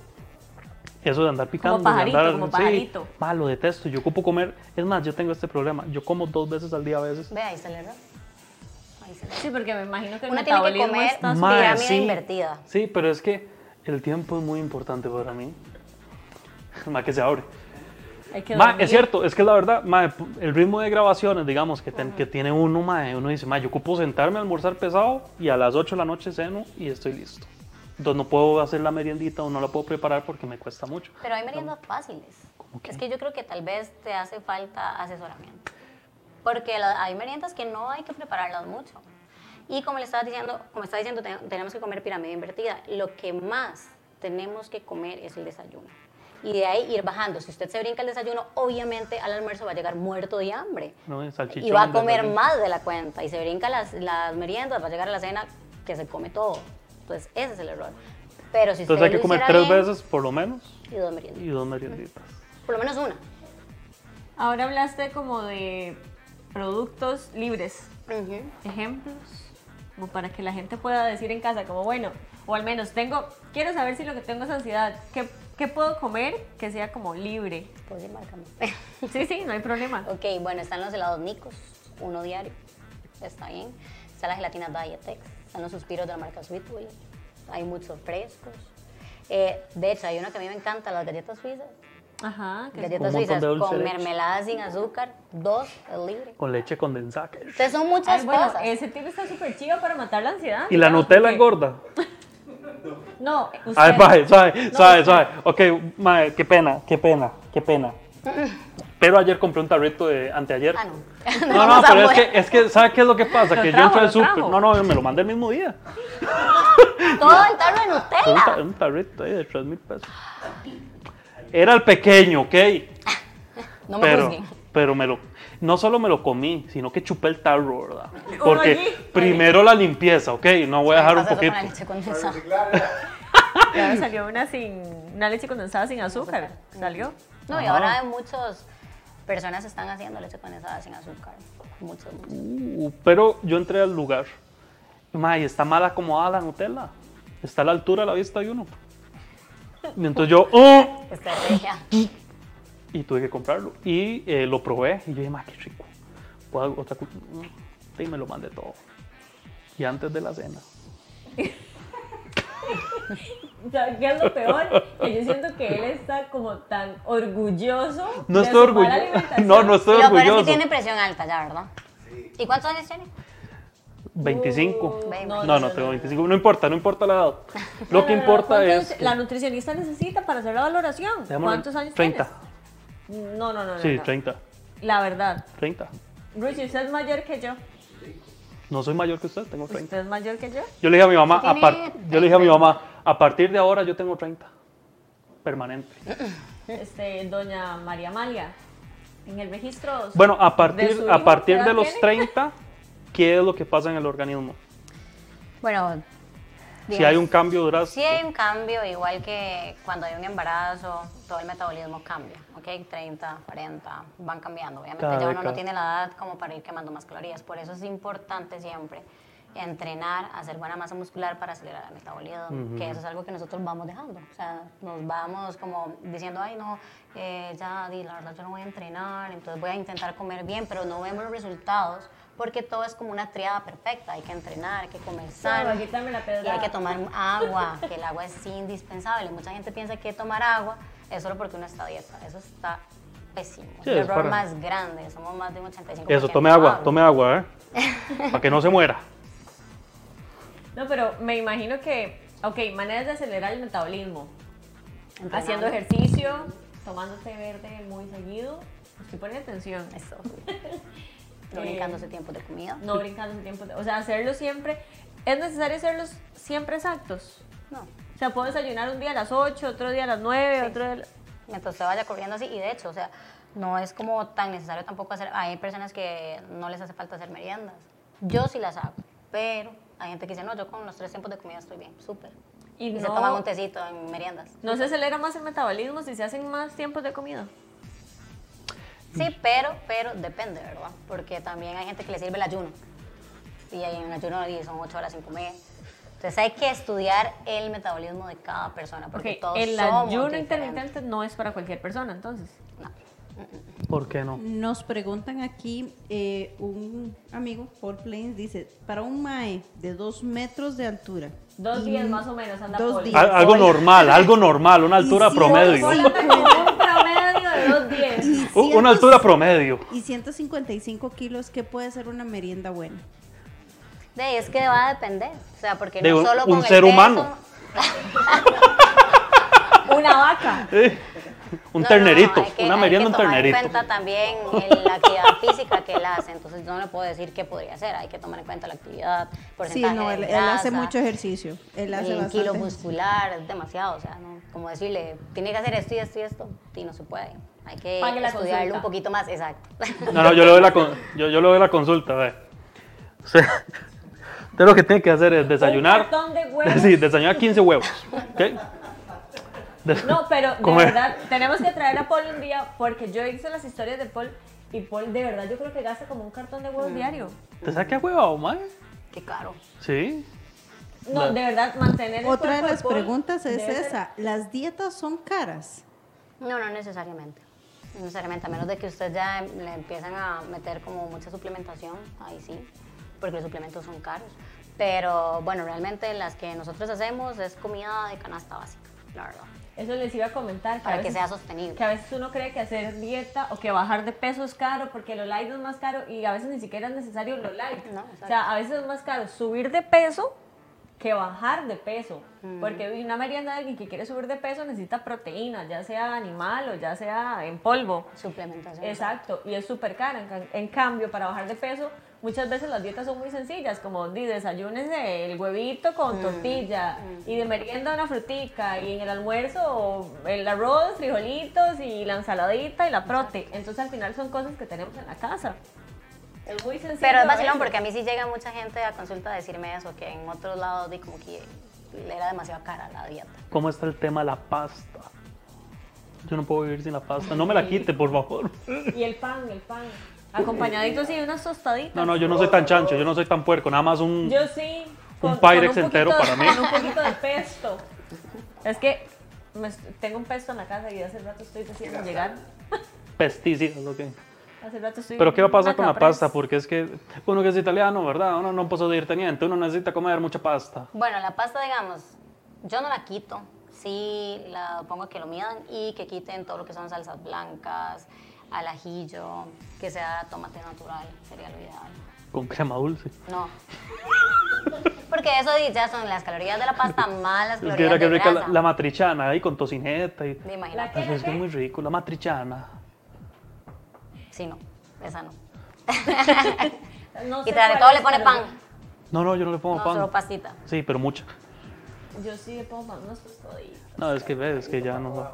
[SPEAKER 2] Eso de andar picando. de
[SPEAKER 1] pajarito,
[SPEAKER 2] andar-
[SPEAKER 1] como
[SPEAKER 2] sí,
[SPEAKER 1] pajarito.
[SPEAKER 2] mae, lo detesto. Yo ocupo comer. Es más, yo tengo este problema. Yo como dos veces al día a veces.
[SPEAKER 4] Ve, ahí se le erró. Ahí se le erró.
[SPEAKER 1] Sí, porque me imagino que el
[SPEAKER 4] Uno tiene que
[SPEAKER 1] metabolismo
[SPEAKER 4] comer
[SPEAKER 1] está...
[SPEAKER 4] pirámide invertida.
[SPEAKER 2] Sí, pero es que El tiempo es muy importante para mí. [laughs] Más que se abre.
[SPEAKER 1] Hay que
[SPEAKER 2] Ma,
[SPEAKER 1] dormir.
[SPEAKER 2] es cierto, es que la verdad, ma, el ritmo de grabaciones, digamos, que, ten- que tiene uno, ma, uno dice, ma, yo ocupo sentarme a almorzar pesado y a las 8 de la noche ceno y estoy listo. Entonces no puedo hacer la meriendita o no la puedo preparar porque me cuesta mucho.
[SPEAKER 4] Pero hay meriendas fáciles.
[SPEAKER 2] ¿Cómo qué?
[SPEAKER 4] Es que yo creo que tal vez te hace falta asesoramiento. Porque la- hay meriendas que no hay que prepararlas mucho. Y como le estaba diciendo, como estaba diciendo, te- tenemos que comer pirámide invertida. Lo que más tenemos que comer es el desayuno. Y de ahí ir bajando. Si usted se brinca el desayuno, obviamente al almuerzo va a llegar muerto de hambre.
[SPEAKER 2] No, es salchichón
[SPEAKER 4] y va a
[SPEAKER 2] de
[SPEAKER 4] comer
[SPEAKER 2] verdad.
[SPEAKER 4] más de la cuenta. Y se brinca las, las meriendas, va a llegar a la cena que se come todo. Entonces, ese es el error. Pero si
[SPEAKER 2] Entonces hay
[SPEAKER 4] usted
[SPEAKER 2] que
[SPEAKER 4] lo
[SPEAKER 2] comer
[SPEAKER 4] hiciera
[SPEAKER 2] tres
[SPEAKER 4] bien,
[SPEAKER 2] veces por lo menos
[SPEAKER 4] Y dos meriendas.
[SPEAKER 2] y dos merienditas.
[SPEAKER 4] Por lo menos una.
[SPEAKER 1] Ahora hablaste como de productos libres. Ejemplos. Como para que la gente pueda decir en casa, como bueno, o al menos tengo, quiero saber si lo que tengo es ansiedad. ¿Qué, qué puedo comer que sea como libre?
[SPEAKER 4] Puedo decir marca, ¿no?
[SPEAKER 1] Sí, sí, no hay problema.
[SPEAKER 4] Pues [laughs] ok, bueno, están los helados Nicos, uno diario. Está bien. Está la gelatina Diatex. Están los suspiros de la marca Sweetway. Hay muchos frescos. Eh, de hecho, hay una que a mí me encanta, las galletas suizas.
[SPEAKER 1] Ajá, que
[SPEAKER 4] Galletas
[SPEAKER 2] Un montón
[SPEAKER 4] suizas
[SPEAKER 2] de dulce
[SPEAKER 4] con
[SPEAKER 2] de leche.
[SPEAKER 4] mermelada sin azúcar, dos es libre.
[SPEAKER 2] Con leche condensada. que-
[SPEAKER 4] Entonces son muchas
[SPEAKER 1] Ay, bueno,
[SPEAKER 4] cosas.
[SPEAKER 1] ese tipo está súper chido para matar la ansiedad.
[SPEAKER 2] Y la
[SPEAKER 1] digamos,
[SPEAKER 2] Nutella
[SPEAKER 1] porque-
[SPEAKER 2] engorda.
[SPEAKER 1] No, usted-
[SPEAKER 2] Ay, mae, suave,
[SPEAKER 1] No,
[SPEAKER 2] suave,
[SPEAKER 1] usted-
[SPEAKER 2] suave. Ok, mae, qué pena, qué pena, qué
[SPEAKER 4] [laughs]
[SPEAKER 2] pena. Pero ayer compré un tarrito de anteayer.
[SPEAKER 4] Ah, no.
[SPEAKER 2] [laughs]
[SPEAKER 4] [laughs]
[SPEAKER 2] No, no,
[SPEAKER 4] vamos a
[SPEAKER 2] pero es
[SPEAKER 4] poder.
[SPEAKER 2] que, es que, ¿sabes qué es lo que pasa?
[SPEAKER 1] Lo
[SPEAKER 2] que
[SPEAKER 1] trajo,
[SPEAKER 2] yo entré
[SPEAKER 1] lo
[SPEAKER 2] al súper.
[SPEAKER 1] trajo.
[SPEAKER 2] No, no, me lo mandé el mismo día.
[SPEAKER 4] [laughs] Todo el tarro de
[SPEAKER 2] Fue un, ta-
[SPEAKER 4] Nutella.
[SPEAKER 2] un tarrito ahí de 3 mil pesos. Era el pequeño, ¿ok?
[SPEAKER 4] No me
[SPEAKER 2] Pero,
[SPEAKER 4] juzguen.
[SPEAKER 2] pero me lo, no solo me lo comí, sino que chupé el tarro, ¿verdad?
[SPEAKER 1] Uno allí,
[SPEAKER 2] Porque
[SPEAKER 1] ahí.
[SPEAKER 2] primero la limpieza, ¿ok? No voy a dejar un
[SPEAKER 4] Pasa eso
[SPEAKER 2] poquito.
[SPEAKER 4] con la leche condensada.
[SPEAKER 1] Y
[SPEAKER 2] [laughs]
[SPEAKER 1] ahora salió una sin una leche condensada sin azúcar. ¿Salió?
[SPEAKER 4] No, y
[SPEAKER 2] Ajá.
[SPEAKER 4] ahora muchas personas están haciendo leche condensada sin azúcar. Muchos, muchos.
[SPEAKER 2] Uh, pero yo entré al lugar. Mae, está mal acomodada la Nutella. Está a la altura a la vista de uno. Y entonces yo, ¡oh!
[SPEAKER 4] Estrategia.
[SPEAKER 2] y tuve que comprarlo. Y eh, lo probé y yo dije, más qué rico. Puedo hacer otra cu- mm, y me lo mandé todo. Y antes de la cena.
[SPEAKER 1] O sea, ¿Qué es lo peor? Que yo siento que él está como tan orgulloso.
[SPEAKER 2] [laughs] No
[SPEAKER 1] de
[SPEAKER 2] estoy
[SPEAKER 1] su mala
[SPEAKER 2] orgulloso.
[SPEAKER 1] alimentación.
[SPEAKER 2] No, no estoy
[SPEAKER 4] Lo peor es que
[SPEAKER 2] orgulloso.
[SPEAKER 4] tiene presión alta ya, ¿verdad? ¿Y cuántos años tiene?
[SPEAKER 2] 25.
[SPEAKER 1] Uh,
[SPEAKER 4] Veinte.
[SPEAKER 2] No, no, tengo 25. No importa, no importa la edad.
[SPEAKER 1] [laughs]
[SPEAKER 2] Lo que
[SPEAKER 1] No, no, no,
[SPEAKER 2] importa
[SPEAKER 1] ¿cuántos
[SPEAKER 2] es. que-
[SPEAKER 1] La nutricionista necesita para hacer la valoración.
[SPEAKER 2] Démosle
[SPEAKER 1] ¿Cuántos años
[SPEAKER 2] 30.
[SPEAKER 1] tienes? No, no, no. no,
[SPEAKER 2] Sí,
[SPEAKER 1] no.
[SPEAKER 2] 30.
[SPEAKER 1] La verdad.
[SPEAKER 2] 30.
[SPEAKER 1] Richie, usted es mayor que yo. pues
[SPEAKER 2] No soy mayor que usted, tengo 30.
[SPEAKER 1] ¿Usted es mayor que yo?
[SPEAKER 2] Yo le dije a mi mamá, a
[SPEAKER 4] Tiene
[SPEAKER 2] par- yo le dije a mi mamá, a partir de ahora yo tengo 30. Permanente.
[SPEAKER 1] Este, doña María Amalia. En el registro.
[SPEAKER 2] Bueno, a
[SPEAKER 1] ¿De
[SPEAKER 2] partir,
[SPEAKER 1] su
[SPEAKER 2] a
[SPEAKER 1] hijo? ¿Qué
[SPEAKER 2] partir
[SPEAKER 1] edad
[SPEAKER 2] de los
[SPEAKER 1] tiene?
[SPEAKER 2] 30, ¿qué es lo que pasa en el organismo?
[SPEAKER 4] Bueno,
[SPEAKER 2] Si hay un cambio
[SPEAKER 4] Sí
[SPEAKER 2] drástico.
[SPEAKER 4] hay un cambio, igual que cuando hay un embarazo, todo el metabolismo cambia, ¿ok? 30, 40, van cambiando. Obviamente
[SPEAKER 2] Cada
[SPEAKER 4] ya uno
[SPEAKER 2] década.
[SPEAKER 4] no tiene la edad como para ir quemando más calorías, por eso es importante siempre entrenar, hacer buena masa muscular para acelerar el metabolismo, que eso es algo que nosotros vamos dejando. O sea, nos vamos como diciendo, ay no, eh, ya, di, la verdad yo no voy a entrenar, entonces voy a intentar comer bien, pero no vemos los resultados. Porque todo es como una triada perfecta, hay que entrenar, hay que comer sano,
[SPEAKER 1] Claro, quítame la
[SPEAKER 4] y hay
[SPEAKER 1] pedrada.
[SPEAKER 4] que tomar agua, que el agua es indispensable. Mucha gente piensa que tomar agua es solo porque uno está a dieta. Eso está pésimo.
[SPEAKER 2] Sí,
[SPEAKER 4] el
[SPEAKER 2] es
[SPEAKER 4] error
[SPEAKER 2] para-
[SPEAKER 4] más grande. Somos más de un 85%.
[SPEAKER 2] Eso, tome
[SPEAKER 4] Ah,
[SPEAKER 2] agua, tome agua,
[SPEAKER 4] [laughs]
[SPEAKER 2] ¿eh? Para que no se muera.
[SPEAKER 1] No, pero me imagino que. Ok, maneras de acelerar el metabolismo.
[SPEAKER 4] Entrenando.
[SPEAKER 1] Haciendo ejercicio, tomando té verde muy seguido. Usted pone atención.
[SPEAKER 4] Eso. [laughs] No brincándose tiempos de comida.
[SPEAKER 1] No brincando en tiempo. de- O sea, hacerlo siempre. Es necesario hacerlos siempre exactos.
[SPEAKER 4] No.
[SPEAKER 1] O sea, puedo desayunar un día a las 8, otro día a las 9, otro día.
[SPEAKER 4] Mientras usted vaya corriendo así. Y de hecho, o sea, no es como tan necesario tampoco hacer. Hay personas que no les hace falta hacer meriendas. Yo sí las hago. Pero hay gente que dice, no, yo con los tres tiempos de comida estoy bien. Súper.
[SPEAKER 1] Y
[SPEAKER 4] Y se
[SPEAKER 1] no-
[SPEAKER 4] toman un tecito en meriendas.
[SPEAKER 1] No se acelera más el metabolismo si se hacen más tiempos de comida.
[SPEAKER 4] Sí, pero, pero depende, ¿verdad? Porque también hay gente que le sirve el ayuno. Y ahí en el ayuno y son ocho horas sin comer. Entonces hay que estudiar el metabolismo de cada persona. Porque
[SPEAKER 1] Porque
[SPEAKER 4] todos
[SPEAKER 1] el
[SPEAKER 4] somos
[SPEAKER 1] ayuno
[SPEAKER 4] diferentes.
[SPEAKER 1] intermitente no es para cualquier persona, entonces.
[SPEAKER 4] No.
[SPEAKER 2] ¿Por qué no?
[SPEAKER 3] Nos preguntan aquí, eh, un amigo, Paul Plains, dice, para un mae de dos metros de altura.
[SPEAKER 1] Dos
[SPEAKER 3] y
[SPEAKER 1] días más o menos anda
[SPEAKER 3] dos
[SPEAKER 1] Paul.
[SPEAKER 3] días.
[SPEAKER 2] Al- algo normal, algo normal, una altura
[SPEAKER 3] si
[SPEAKER 2] promedio.
[SPEAKER 3] vos-
[SPEAKER 1] Hola, tengo un promedio de dos días.
[SPEAKER 3] y
[SPEAKER 2] U- Una
[SPEAKER 3] 100
[SPEAKER 2] altura promedio.
[SPEAKER 3] Y 155 kilos, ¿qué puede ser una merienda buena?
[SPEAKER 4] De, es que va a depender. O sea, porque
[SPEAKER 2] De
[SPEAKER 4] no
[SPEAKER 2] un-
[SPEAKER 4] solo
[SPEAKER 2] un
[SPEAKER 4] con el
[SPEAKER 2] ser
[SPEAKER 4] peso-
[SPEAKER 2] humano.
[SPEAKER 1] Una vaca.
[SPEAKER 2] Eh, un
[SPEAKER 4] No, no,
[SPEAKER 2] ternerito,
[SPEAKER 4] hay que-
[SPEAKER 2] una
[SPEAKER 4] hay
[SPEAKER 2] merienda, un
[SPEAKER 4] que tomar en
[SPEAKER 2] ternerito.
[SPEAKER 4] cuenta también el- la actividad [laughs] física que él hace. Entonces, yo no le puedo decir qué podría ser. Hay que tomar en cuenta la actividad,
[SPEAKER 3] Sí,
[SPEAKER 4] porcentaje
[SPEAKER 3] no,
[SPEAKER 4] de
[SPEAKER 3] él, él hace
[SPEAKER 4] grasa,
[SPEAKER 3] mucho ejercicio. Él hace
[SPEAKER 4] el
[SPEAKER 3] bastante.
[SPEAKER 4] kilo muscular, es demasiado. O sea, no, como decirle, tiene que hacer esto y esto y esto, y no se puede. Hay que
[SPEAKER 1] Pague la
[SPEAKER 4] estudiarlo
[SPEAKER 1] consulta.
[SPEAKER 4] un poquito más, exacto. [laughs]
[SPEAKER 2] No, no, yo le doy la, con- yo, yo le doy la consulta, ve. O sea, [laughs] usted lo que tiene que hacer es
[SPEAKER 1] Un
[SPEAKER 2] [laughs] desayunar.
[SPEAKER 1] cartón
[SPEAKER 2] [laughs]
[SPEAKER 1] de huevos.
[SPEAKER 2] Sí, desayunar 15 huevos. ¿ok? Des-
[SPEAKER 1] No, pero de
[SPEAKER 2] comer.
[SPEAKER 1] verdad, tenemos que traer a Paul un día porque yo hice las historias de Paul y Paul de verdad yo creo que gasta como un cartón de
[SPEAKER 4] Mm.
[SPEAKER 1] huevos diario.
[SPEAKER 2] ¿Te sabe qué huevo, mae?
[SPEAKER 4] Qué caro.
[SPEAKER 2] Sí.
[SPEAKER 1] No, de verdad, mantener el
[SPEAKER 3] Otra de
[SPEAKER 1] cuerpo
[SPEAKER 3] las
[SPEAKER 1] Paul
[SPEAKER 3] preguntas es
[SPEAKER 1] debe ser-
[SPEAKER 3] esa. ¿Las dietas son caras?
[SPEAKER 4] No, no necesariamente. No necesariamente, a menos de que usted ya em- le empiezan a meter como mucha suplementación, ahí sí, porque los suplementos son caros. Pero bueno, realmente las que nosotros hacemos es comida de canasta básica, la verdad,
[SPEAKER 1] Eso les iba a comentar.
[SPEAKER 4] para
[SPEAKER 1] a
[SPEAKER 4] que
[SPEAKER 1] veces-
[SPEAKER 4] sea sostenible.
[SPEAKER 1] Que a veces uno cree que hacer dieta o que bajar de peso es caro porque lo light es más caro y a veces ni siquiera es necesario lo light.
[SPEAKER 4] No,
[SPEAKER 1] o sea, a veces es más caro subir de peso que bajar de peso.
[SPEAKER 4] Mm.
[SPEAKER 1] Porque una merienda de alguien que quiere subir de peso necesita proteína, ya sea animal o ya sea en polvo.
[SPEAKER 4] Suplementación.
[SPEAKER 1] Exacto, y es súper cara. En, ca- en cambio, para bajar de peso, muchas veces las dietas son muy sencillas, como di, desayúnese el huevito
[SPEAKER 4] Mm,
[SPEAKER 1] con tortilla, y de merienda una frutica, y en el almuerzo el arroz, frijolitos, y la ensaladita y la prote. Entonces al final son cosas que tenemos en la casa. Es muy sencillo. ¿eh?
[SPEAKER 4] Pero es vacilón
[SPEAKER 1] eso.
[SPEAKER 4] porque a mí sí llega mucha gente a consulta a decirme eso, que en otros lados di como que era demasiado cara la dieta.
[SPEAKER 2] ¿Cómo está el tema de la pasta? Yo no puedo vivir sin la pasta. No me la quite, por favor.
[SPEAKER 1] Y el pan, el pan. Acompañadito sí de unas tostaditas.
[SPEAKER 2] No, no, yo no soy tan chancho, yo no soy tan puerco. Nada más un.
[SPEAKER 1] Yo sí.
[SPEAKER 2] Un Pyrex entero
[SPEAKER 1] poquito de-
[SPEAKER 2] para mí.
[SPEAKER 1] Con un poquito de pesto. Es que me est- tengo un pesto en la casa y hace rato estoy decidiendo llegar.
[SPEAKER 2] pesticida, lo que.
[SPEAKER 1] Hace rato estoy.
[SPEAKER 2] Pero ¿qué va a pasar
[SPEAKER 1] una
[SPEAKER 2] con la
[SPEAKER 1] caprese.
[SPEAKER 2] pasta? Porque es que uno que es italiano, ¿verdad? Uno no puede ir teniente, uno necesita comer mucha pasta.
[SPEAKER 4] Bueno, la pasta, digamos, yo no la quito. Sí, la pongo que lo midan y que quiten todo lo que son salsas blancas, al ajillo, que sea tomate natural, sería lo ideal.
[SPEAKER 2] Con crema dulce.
[SPEAKER 4] No. [laughs] Porque eso di, ya son las calorías de la pasta más las
[SPEAKER 2] Es que era
[SPEAKER 4] calorías
[SPEAKER 2] que
[SPEAKER 4] de
[SPEAKER 2] rica
[SPEAKER 4] grasa.
[SPEAKER 2] la, la matrichana ahí con tocineta. Y...
[SPEAKER 4] Di,
[SPEAKER 1] ¿La
[SPEAKER 4] Imagínate.
[SPEAKER 1] qué?
[SPEAKER 2] Ay,
[SPEAKER 1] ¿La
[SPEAKER 2] es que
[SPEAKER 1] qué?
[SPEAKER 2] es muy rico, la matrichana.
[SPEAKER 4] Sí, no, esa no.
[SPEAKER 1] No sé
[SPEAKER 4] y tras de
[SPEAKER 1] cuál
[SPEAKER 4] todo
[SPEAKER 1] es,
[SPEAKER 4] le pone
[SPEAKER 1] pero
[SPEAKER 4] pan.
[SPEAKER 2] No, no, yo no le pongo
[SPEAKER 4] No, solo
[SPEAKER 2] pan.
[SPEAKER 4] pastita.
[SPEAKER 2] Sí, pero mucha.
[SPEAKER 1] Yo sí le pongo pan, unos tostaditos.
[SPEAKER 2] No, es que ve, es que ya no.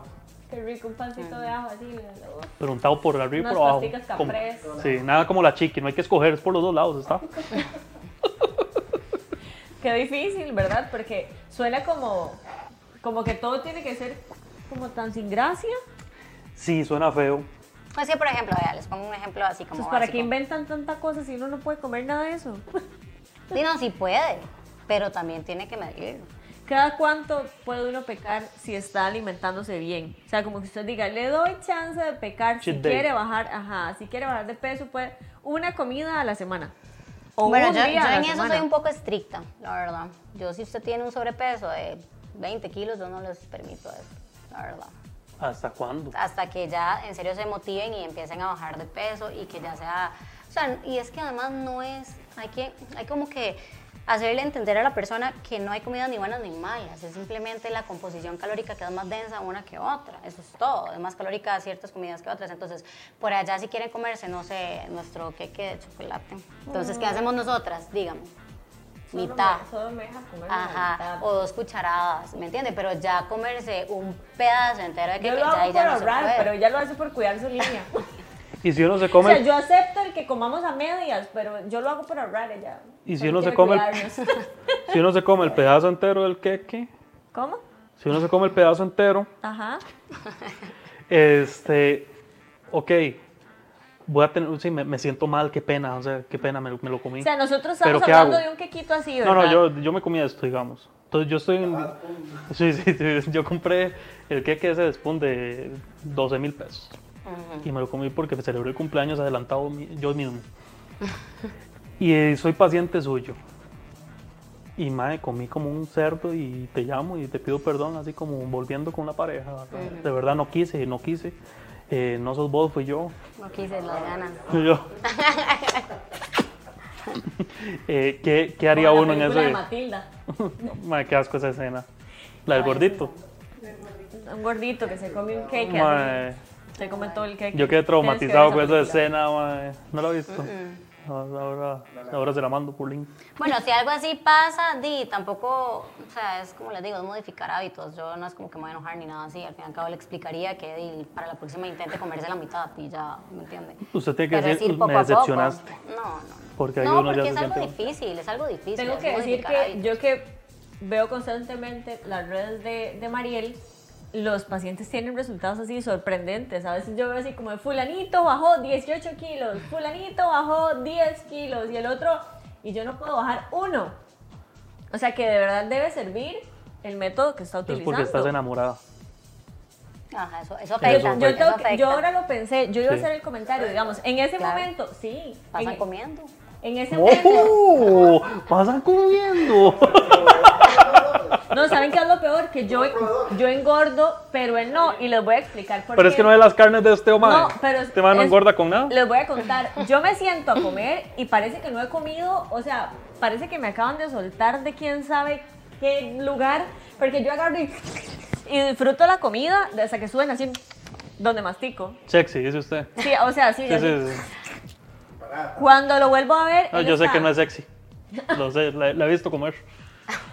[SPEAKER 1] Qué rico, un pancito
[SPEAKER 4] Mm.
[SPEAKER 1] de ajo así. míralo.
[SPEAKER 2] Preguntado por arriba y
[SPEAKER 1] Unas
[SPEAKER 2] por abajo.
[SPEAKER 1] pasticas
[SPEAKER 2] Como-
[SPEAKER 1] caprese.
[SPEAKER 2] sí, nada como la chiqui, no hay que escoger, es por los dos lados, ¿está?
[SPEAKER 1] Qué difícil, ¿verdad? Porque suena como, como que todo tiene que ser como tan sin gracia.
[SPEAKER 2] Sí, suena feo.
[SPEAKER 4] Pues que, por ejemplo, vea, les pongo un ejemplo así como
[SPEAKER 1] Entonces, ¿para qué
[SPEAKER 4] básico.
[SPEAKER 1] inventan tanta cosa si uno no puede comer nada de eso?
[SPEAKER 4] Sí, no, sí puede, pero también tiene que medirlo.
[SPEAKER 1] ¿Cada cuánto puede uno pecar si está alimentándose bien? O sea, como que usted diga, le doy chance de pecar si
[SPEAKER 2] Cheat day.
[SPEAKER 1] quiere bajar, ajá, si quiere bajar de peso, puede una comida a la semana. O
[SPEAKER 4] bueno,
[SPEAKER 1] un
[SPEAKER 4] yo,
[SPEAKER 1] día
[SPEAKER 4] yo
[SPEAKER 1] a la
[SPEAKER 4] en eso
[SPEAKER 1] semana.
[SPEAKER 4] soy un poco estricta, la verdad. Yo si usted tiene un sobrepeso de 20 kilos, yo no les permito eso, la verdad.
[SPEAKER 2] ¿Hasta cuándo?
[SPEAKER 4] Hasta que ya en serio se motiven y empiecen a bajar de peso y que ya sea... O sea, y es que además no es... Hay que... Hay como que hacerle entender a la persona que no hay comidas ni buenas ni malas. Es simplemente la composición calórica que es más densa una que otra. Eso es todo. Es más calórica ciertas comidas que otras. Entonces, por allá si quieren comerse, no sé, nuestro queque de chocolate. Entonces, ¿qué hacemos nosotras? Dígame
[SPEAKER 1] Solo
[SPEAKER 4] mitad.
[SPEAKER 1] me- Solo me dejan comer la
[SPEAKER 4] Ajá,
[SPEAKER 1] mitad.
[SPEAKER 4] o dos cucharadas, ¿me entiendes? Pero ya comerse un pedazo entero de que
[SPEAKER 1] Yo lo
[SPEAKER 4] ya,
[SPEAKER 1] hago
[SPEAKER 4] ahí
[SPEAKER 1] por
[SPEAKER 4] ya no se
[SPEAKER 1] ahorrar,
[SPEAKER 4] puede.
[SPEAKER 1] pero ella lo hace por cuidar su línea.
[SPEAKER 2] Y si uno
[SPEAKER 1] [laughs]
[SPEAKER 2] se
[SPEAKER 1] o
[SPEAKER 2] come,
[SPEAKER 1] sea, yo acepto el que comamos a medias, pero yo lo hago por ahorrar, ella.
[SPEAKER 2] Y si
[SPEAKER 1] solo
[SPEAKER 2] uno se
[SPEAKER 1] quiere
[SPEAKER 2] come el-
[SPEAKER 1] cuidarnos. [laughs]
[SPEAKER 2] si uno se come el pedazo entero del queque,
[SPEAKER 1] ¿Cómo?
[SPEAKER 2] si uno se come el pedazo entero,
[SPEAKER 1] Ajá.
[SPEAKER 2] Este, ok, voy a tener, sí, me, me siento mal, qué pena, o sea, qué pena, me, lo- me lo comí.
[SPEAKER 1] O sea, nosotros
[SPEAKER 2] Pero
[SPEAKER 1] estamos
[SPEAKER 2] ¿qué
[SPEAKER 1] hablando
[SPEAKER 2] hago?
[SPEAKER 1] de un quequito así, ¿verdad?
[SPEAKER 2] no, no, yo, yo me comí esto, digamos. Entonces yo estoy en... [laughs] Sí, sí, sí, yo compré el queque ese de Spoon de 12 mil pesos. Y me lo comí porque celebré el cumpleaños adelantado mi- yo mismo. [laughs] y eh, soy paciente suyo. Y madre, comí como un cerdo y te llamo y te pido perdón, así como volviendo con una pareja. ¿verdad? De verdad no quise, no quise. Eh, no sos vos, fui yo. [laughs]
[SPEAKER 4] No quise las ganas.
[SPEAKER 2] Y
[SPEAKER 1] [laughs]
[SPEAKER 2] yo. Eh, ¿qué, qué haría
[SPEAKER 1] Como
[SPEAKER 2] uno en
[SPEAKER 1] la
[SPEAKER 2] eso?
[SPEAKER 1] película de Matilda.
[SPEAKER 2] [laughs] Madre, qué asco esa escena. La del
[SPEAKER 4] Ay,
[SPEAKER 2] gordito.
[SPEAKER 1] Un gordito que se come un cake. así.
[SPEAKER 2] Mae,
[SPEAKER 1] Se come todo el cake.
[SPEAKER 2] yo quedé
[SPEAKER 1] Tienes que
[SPEAKER 2] traumatizado
[SPEAKER 1] ver
[SPEAKER 2] con esa
[SPEAKER 1] película.
[SPEAKER 2] escena, mae. No la he visto. Ahora, ahora se la mando por link. Pues
[SPEAKER 4] Bueno, si algo así pasa, di, tampoco, o sea, es como les digo, es modificar hábitos. Yo no es como que me voy a enojar ni nada así. Al fin y al cabo le explicaría que di, para la próxima intente comerse la mitad y ya, ¿me entiende?
[SPEAKER 2] Usted tiene que
[SPEAKER 4] Pero
[SPEAKER 2] decir,
[SPEAKER 4] es ir poco
[SPEAKER 2] me
[SPEAKER 4] a poco".
[SPEAKER 2] decepcionaste.
[SPEAKER 4] No, no, no.
[SPEAKER 2] Porque ahí
[SPEAKER 4] no,
[SPEAKER 2] uno ya
[SPEAKER 4] porque
[SPEAKER 2] se
[SPEAKER 4] es algo
[SPEAKER 2] siente-
[SPEAKER 4] difícil, es algo difícil.
[SPEAKER 1] Tengo
[SPEAKER 4] es
[SPEAKER 1] que decir
[SPEAKER 4] modificar
[SPEAKER 1] que
[SPEAKER 4] hábitos.
[SPEAKER 1] yo que veo constantemente las redes de, de Mariel, los pacientes tienen resultados así sorprendentes. A veces yo veo así como, fulanito bajó 18 kilos, fulanito bajó 10 kilos y el otro, y yo no puedo bajar uno. O sea que de verdad debe servir el método que está
[SPEAKER 2] Es
[SPEAKER 1] utilizando.
[SPEAKER 2] porque estás enamorada.
[SPEAKER 4] Ajá, eso, eso
[SPEAKER 2] Sí,
[SPEAKER 4] afecta.
[SPEAKER 2] eso
[SPEAKER 1] Yo,
[SPEAKER 4] eso
[SPEAKER 1] tengo que-
[SPEAKER 4] afecta.
[SPEAKER 1] yo ahora lo pensé, yo iba a
[SPEAKER 2] Sí.
[SPEAKER 1] hacer el comentario, digamos, en ese
[SPEAKER 4] Claro.
[SPEAKER 1] momento, sí,
[SPEAKER 4] Pasan
[SPEAKER 1] en, e-
[SPEAKER 4] comiendo.
[SPEAKER 1] en ese momento,
[SPEAKER 2] ¡Oh!
[SPEAKER 1] [laughs]
[SPEAKER 2] ¡Pasan comiendo!
[SPEAKER 1] No, ¿saben qué es lo peor? Que yo, yo engordo, pero él no. Y les voy a explicar por
[SPEAKER 2] Pero
[SPEAKER 1] qué.
[SPEAKER 2] es que no es las carnes de este hombre.
[SPEAKER 1] No, pero es-
[SPEAKER 2] Este man no
[SPEAKER 1] es-
[SPEAKER 2] engorda con nada.
[SPEAKER 1] Les voy a contar. Yo me siento a comer y parece que no he comido. O sea, parece que me acaban de soltar de quién sabe qué lugar. Porque yo agarro y, y disfruto la comida hasta que suben así donde mastico.
[SPEAKER 2] Sexy, dice usted.
[SPEAKER 1] Sí, o sea, sí.
[SPEAKER 2] Sí,
[SPEAKER 1] así.
[SPEAKER 2] sí, sí.
[SPEAKER 1] Cuando lo vuelvo a ver.
[SPEAKER 2] No,
[SPEAKER 1] él
[SPEAKER 2] yo sé
[SPEAKER 1] está-
[SPEAKER 2] que no es
[SPEAKER 1] [laughs]
[SPEAKER 2] sexy. Lo sé, la, la he visto comer.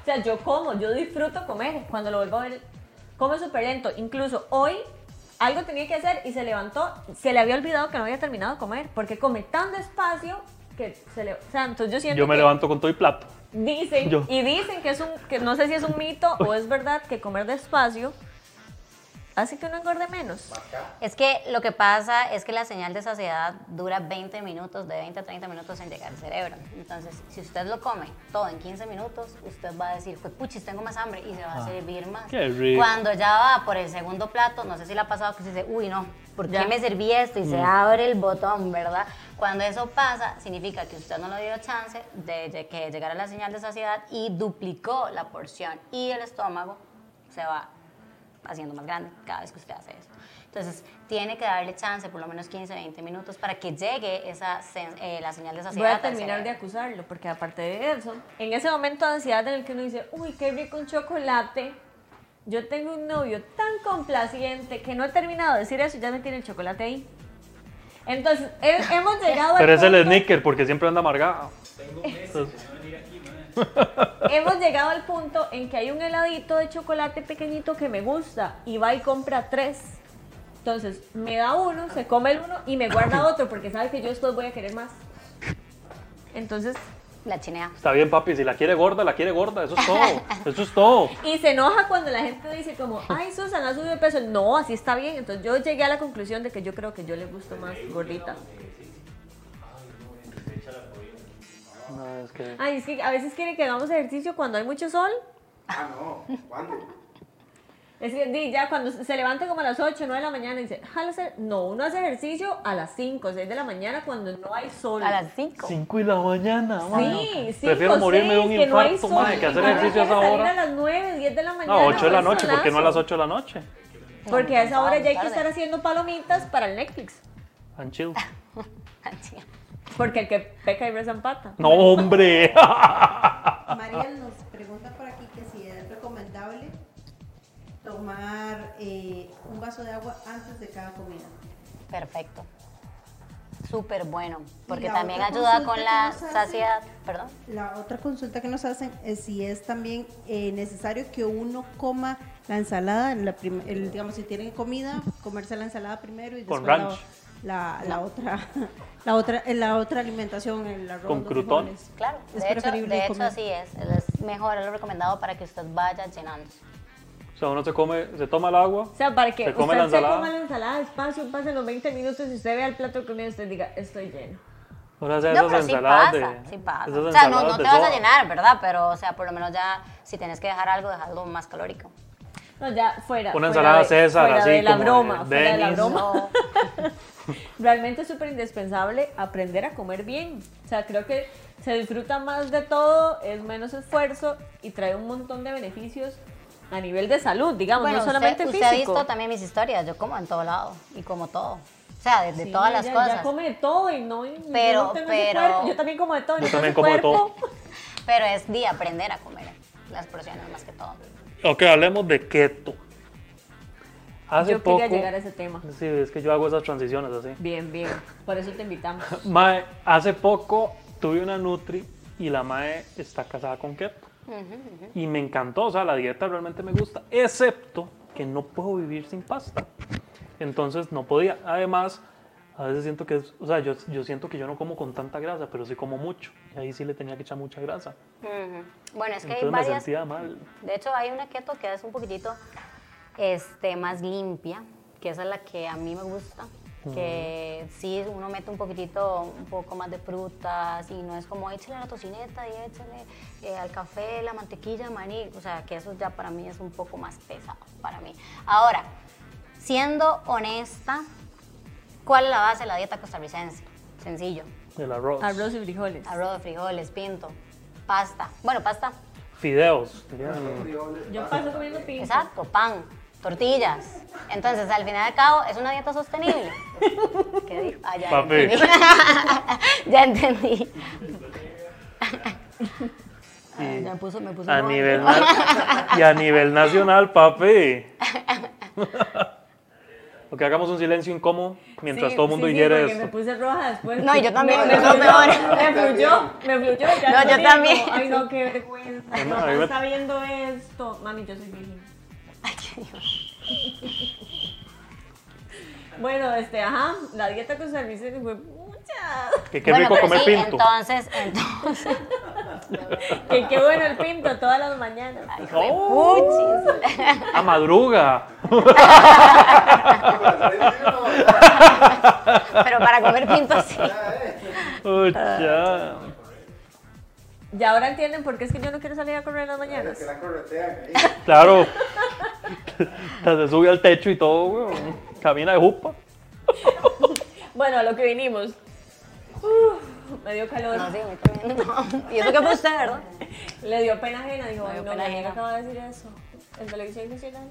[SPEAKER 1] O sea, yo como, yo disfruto comer. Cuando lo vuelvo a ver, come súper lento. Incluso hoy algo tenía que hacer y se levantó. Se le había olvidado que no había terminado de comer porque come tan despacio que se le. O sea, entonces yo siento
[SPEAKER 2] Yo me
[SPEAKER 1] que
[SPEAKER 2] levanto con todo y plato.
[SPEAKER 1] dicen,
[SPEAKER 2] yo.
[SPEAKER 1] y dicen que es un. que no sé si es un mito o es verdad que comer despacio hace que uno engorde menos.
[SPEAKER 4] Es que lo que pasa es que la señal de saciedad dura 20 minutos, de 20 a 30 minutos en llegar al cerebro. Entonces, si usted lo come todo en 15 minutos, usted va a decir, pues puchis, tengo más hambre y se va a servir más.
[SPEAKER 2] Ah, qué rico.
[SPEAKER 4] Cuando ya va por el segundo plato, no sé si le ha pasado que se dice, uy, no, ¿por qué
[SPEAKER 1] Ya.
[SPEAKER 4] me serví esto? Y
[SPEAKER 2] Mm.
[SPEAKER 4] se abre el botón, ¿verdad? Cuando eso pasa, significa que usted no le dio chance de lle- que llegara la señal de saciedad y duplicó la porción y el estómago se va haciendo más grande cada vez que usted hace eso. Entonces, tiene que darle chance por lo menos 15, 20 minutos para que llegue esa sen- eh, la señal de
[SPEAKER 1] Voy
[SPEAKER 4] saciedad.
[SPEAKER 1] a
[SPEAKER 4] al
[SPEAKER 1] terminar de
[SPEAKER 4] cerebro.
[SPEAKER 1] acusarlo, porque aparte de eso, en ese momento de ansiedad en el que uno dice, uy, qué rico un chocolate, yo tengo un novio tan complaciente que no he terminado de decir eso y ya me tiene el chocolate ahí. Entonces, he- hemos llegado al
[SPEAKER 2] Pero es el
[SPEAKER 1] punto-
[SPEAKER 2] sneaker porque siempre anda amargado.
[SPEAKER 1] Hemos llegado al punto en que hay un heladito de chocolate pequeñito que me gusta y va y compra tres. Entonces, me da uno, se come el uno y me guarda otro porque sabe que yo después voy a querer más. Entonces,
[SPEAKER 4] La chinea.
[SPEAKER 2] Está bien, papi. Si la quiere gorda, la quiere gorda. Eso es
[SPEAKER 4] [laughs]
[SPEAKER 2] todo. Eso es todo.
[SPEAKER 1] Y se enoja cuando la gente dice como, ay, Susana subió de peso. No, así está bien. Entonces yo llegué a la conclusión de que yo creo que yo le gusto más gordita.
[SPEAKER 2] No, es que...
[SPEAKER 1] Ay, es que a veces quieren que hagamos ejercicio cuando hay mucho sol.
[SPEAKER 5] Ah, no. ¿Cuándo?
[SPEAKER 1] Es que di, ya cuando se levanta como a las 8, 9 de la mañana y dice, "Jala hacer-". no, uno hace ejercicio a las 5, 6 de la mañana cuando no hay sol.
[SPEAKER 4] A las 5. [laughs]
[SPEAKER 2] 5 de la mañana,
[SPEAKER 1] Sí, sí,
[SPEAKER 2] Prefiero morirme de un infarto, madre, que hacer ejercicio a esa
[SPEAKER 1] salir
[SPEAKER 2] hora.
[SPEAKER 1] a las 9, 10 de la mañana.
[SPEAKER 2] No, 8 de la
[SPEAKER 1] es
[SPEAKER 2] noche, porque no a
[SPEAKER 1] solazo.
[SPEAKER 2] las 8 de la noche.
[SPEAKER 1] Porque a esa hora ya hay que
[SPEAKER 4] Tarde.
[SPEAKER 1] estar haciendo palomitas para el Netflix.
[SPEAKER 2] And
[SPEAKER 4] [laughs]
[SPEAKER 2] chill.
[SPEAKER 1] Porque el que peca y reza en pata.
[SPEAKER 2] No, hombre.
[SPEAKER 3] Mariel nos pregunta por aquí que si es recomendable tomar eh, un vaso de agua antes de cada comida.
[SPEAKER 4] Perfecto. Súper bueno. Porque
[SPEAKER 3] la
[SPEAKER 4] también
[SPEAKER 3] otra
[SPEAKER 4] ayuda
[SPEAKER 3] consulta
[SPEAKER 4] con
[SPEAKER 3] que
[SPEAKER 4] la
[SPEAKER 3] nos hacen-
[SPEAKER 4] saciedad. Perdón.
[SPEAKER 3] La otra consulta que nos hacen es si es también eh, necesario que uno coma la ensalada, en la prim- el- digamos, si tienen comida, comerse la ensalada primero y después
[SPEAKER 2] Con
[SPEAKER 3] la-
[SPEAKER 2] ranch.
[SPEAKER 3] La, la otra [laughs] la otra eh, la otra alimentación, el arroz,
[SPEAKER 2] Con
[SPEAKER 3] los
[SPEAKER 2] crutón.
[SPEAKER 3] frijoles.
[SPEAKER 4] Claro.
[SPEAKER 3] Es
[SPEAKER 4] de hecho,
[SPEAKER 3] preferible
[SPEAKER 4] de hecho,
[SPEAKER 3] comer.
[SPEAKER 4] así es. Es mejor, es lo recomendado para que usted vaya llenándose.
[SPEAKER 2] O sea, uno se come, se toma el agua.
[SPEAKER 1] O sea, para que
[SPEAKER 2] Se
[SPEAKER 1] usted
[SPEAKER 2] come la
[SPEAKER 1] se
[SPEAKER 2] ensalada.
[SPEAKER 1] coma la ensalada despacio, pasen los 20 minutos y usted vea el plato de comida y usted diga, estoy lleno.
[SPEAKER 2] Ahora sea,
[SPEAKER 4] No,
[SPEAKER 2] esas
[SPEAKER 4] pero sí
[SPEAKER 2] ensaladas
[SPEAKER 4] pasa,
[SPEAKER 2] de.
[SPEAKER 4] sí pasa.
[SPEAKER 2] esas
[SPEAKER 4] O sea, no,
[SPEAKER 2] ensaladas de
[SPEAKER 4] no te vas a
[SPEAKER 2] soda.
[SPEAKER 4] llenar, ¿verdad? Pero, o sea, por lo menos ya, si tienes que dejar algo, dejarlo más calórico.
[SPEAKER 1] No, ya fuera.
[SPEAKER 2] Una
[SPEAKER 1] fuera
[SPEAKER 2] ensalada
[SPEAKER 1] de-
[SPEAKER 2] César,
[SPEAKER 1] fuera
[SPEAKER 2] así
[SPEAKER 1] de la
[SPEAKER 2] como de
[SPEAKER 1] broma, fuera de la
[SPEAKER 2] Dennis.
[SPEAKER 1] broma. Realmente es súper indispensable aprender a comer bien. O sea, creo que se disfruta más de todo, es menos esfuerzo y trae un montón de beneficios a nivel de salud, digamos,
[SPEAKER 4] Bueno,
[SPEAKER 1] no
[SPEAKER 4] usted-
[SPEAKER 1] solamente
[SPEAKER 4] usted, ha
[SPEAKER 1] físico.
[SPEAKER 4] visto también mis historias, yo como en todo lado y como todo. O sea, desde
[SPEAKER 1] Sí,
[SPEAKER 4] todas las
[SPEAKER 1] ya-
[SPEAKER 4] cosas.
[SPEAKER 1] Ya come de todo y no. y
[SPEAKER 4] Pero-
[SPEAKER 1] yo, no tengo ese
[SPEAKER 4] pero-
[SPEAKER 1] cuerpo, yo también como de todo. y
[SPEAKER 2] Yo
[SPEAKER 1] no tengo
[SPEAKER 2] también como de
[SPEAKER 1] ese
[SPEAKER 2] todo.
[SPEAKER 1] cuerpo.
[SPEAKER 4] Pero es de aprender a comer las porciones más que todo.
[SPEAKER 2] Ok, hablemos de keto. Hace
[SPEAKER 1] Yo
[SPEAKER 2] poco.
[SPEAKER 1] quería llegar a ese tema.
[SPEAKER 2] Sí, es que yo hago esas transiciones así.
[SPEAKER 1] Bien, bien. Por eso te
[SPEAKER 4] [laughs]
[SPEAKER 1] invitamos.
[SPEAKER 2] Mae, hace poco tuve una Nutri y la Mae está casada con keto. Y me encantó, o sea, la dieta realmente me gusta, excepto que no puedo vivir sin pasta. Entonces no podía. Además, a veces siento que es, o sea, yo, yo siento que yo no como con tanta grasa, pero sí como mucho. Y ahí sí le tenía que echar mucha grasa.
[SPEAKER 4] Ujú. Bueno, es que hay
[SPEAKER 2] Entonces me
[SPEAKER 4] varias.
[SPEAKER 2] sentía mal.
[SPEAKER 4] De hecho, hay una keto que es un poquitito este, más limpia, que esa es la que a mí me gusta. Que sí, uno mete un poquitito, un poco más de frutas y no es como échale a la tocineta y échale eh, al café la mantequilla, maní. O sea, que eso ya para mí es un poco más pesado para mí. Ahora, siendo honesta, ¿cuál es la base de la dieta costarricense? Sencillo,
[SPEAKER 2] El arroz.
[SPEAKER 1] Arroz y frijoles.
[SPEAKER 4] arroz, frijoles, pinto, pasta. Bueno, pasta,
[SPEAKER 2] Fideos. dirían.
[SPEAKER 1] Yo paso comiendo pizza.
[SPEAKER 4] Exacto, pan, tortillas. Entonces, al final y al cabo, es una dieta sostenible. ¿Qué dijo? Ah, ya
[SPEAKER 2] Papi.
[SPEAKER 4] entendí. [laughs] ya entendí. Ah, ya me puso, me puso
[SPEAKER 2] A
[SPEAKER 4] roja.
[SPEAKER 2] nivel na- y a nivel nacional,
[SPEAKER 4] [laughs]
[SPEAKER 2] papi. Ok, hagamos un silencio incómodo mientras
[SPEAKER 1] Sí,
[SPEAKER 2] todo el mundo
[SPEAKER 1] sí, sí,
[SPEAKER 2] hiere
[SPEAKER 1] porque me
[SPEAKER 2] esto.
[SPEAKER 1] puse roja después.
[SPEAKER 4] No, y yo también,
[SPEAKER 1] Me,
[SPEAKER 4] eso es lo peor.
[SPEAKER 1] me fluyó, me fluyó. ya
[SPEAKER 4] No, yo
[SPEAKER 1] salí,
[SPEAKER 4] también.
[SPEAKER 1] como, Ay, no, qué vergüenza.
[SPEAKER 2] Ay, no,
[SPEAKER 1] Mamá
[SPEAKER 2] a mí me-
[SPEAKER 1] está viendo esto. Mami, yo soy virgen.
[SPEAKER 4] Ay, qué Dios.
[SPEAKER 1] Bueno, este, ajá, la dieta con servicio fue mucha. [laughs]
[SPEAKER 2] Que qué
[SPEAKER 4] Bueno,
[SPEAKER 2] rico
[SPEAKER 4] pero
[SPEAKER 2] comer
[SPEAKER 4] sí,
[SPEAKER 2] pinto.
[SPEAKER 4] Entonces, entonces.
[SPEAKER 2] [laughs]
[SPEAKER 1] Que qué bueno el pinto todas las mañanas.
[SPEAKER 2] Oh, a
[SPEAKER 4] [laughs]
[SPEAKER 2] madruga.
[SPEAKER 4] Pero para comer pinto, sí.
[SPEAKER 2] Oh, ya.
[SPEAKER 1] Y ahora entienden por qué es que yo no quiero salir a correr en las mañanas.
[SPEAKER 5] Que
[SPEAKER 4] [laughs]
[SPEAKER 5] la corretean ahí.
[SPEAKER 2] Claro. [laughs] Se sube al techo y todo, weón. Camina de jupa.
[SPEAKER 1] Bueno, a lo que vinimos. Uf, me dio calor.
[SPEAKER 4] No, sí, muy tremendo. Y eso que fue usted, ¿verdad?
[SPEAKER 1] [laughs] Le dio pena ajena. Dijo,
[SPEAKER 4] Me
[SPEAKER 1] ay,
[SPEAKER 4] dio
[SPEAKER 1] no,
[SPEAKER 4] pena
[SPEAKER 1] me
[SPEAKER 4] ajena.
[SPEAKER 1] acaba de decir eso. En televisión nacional.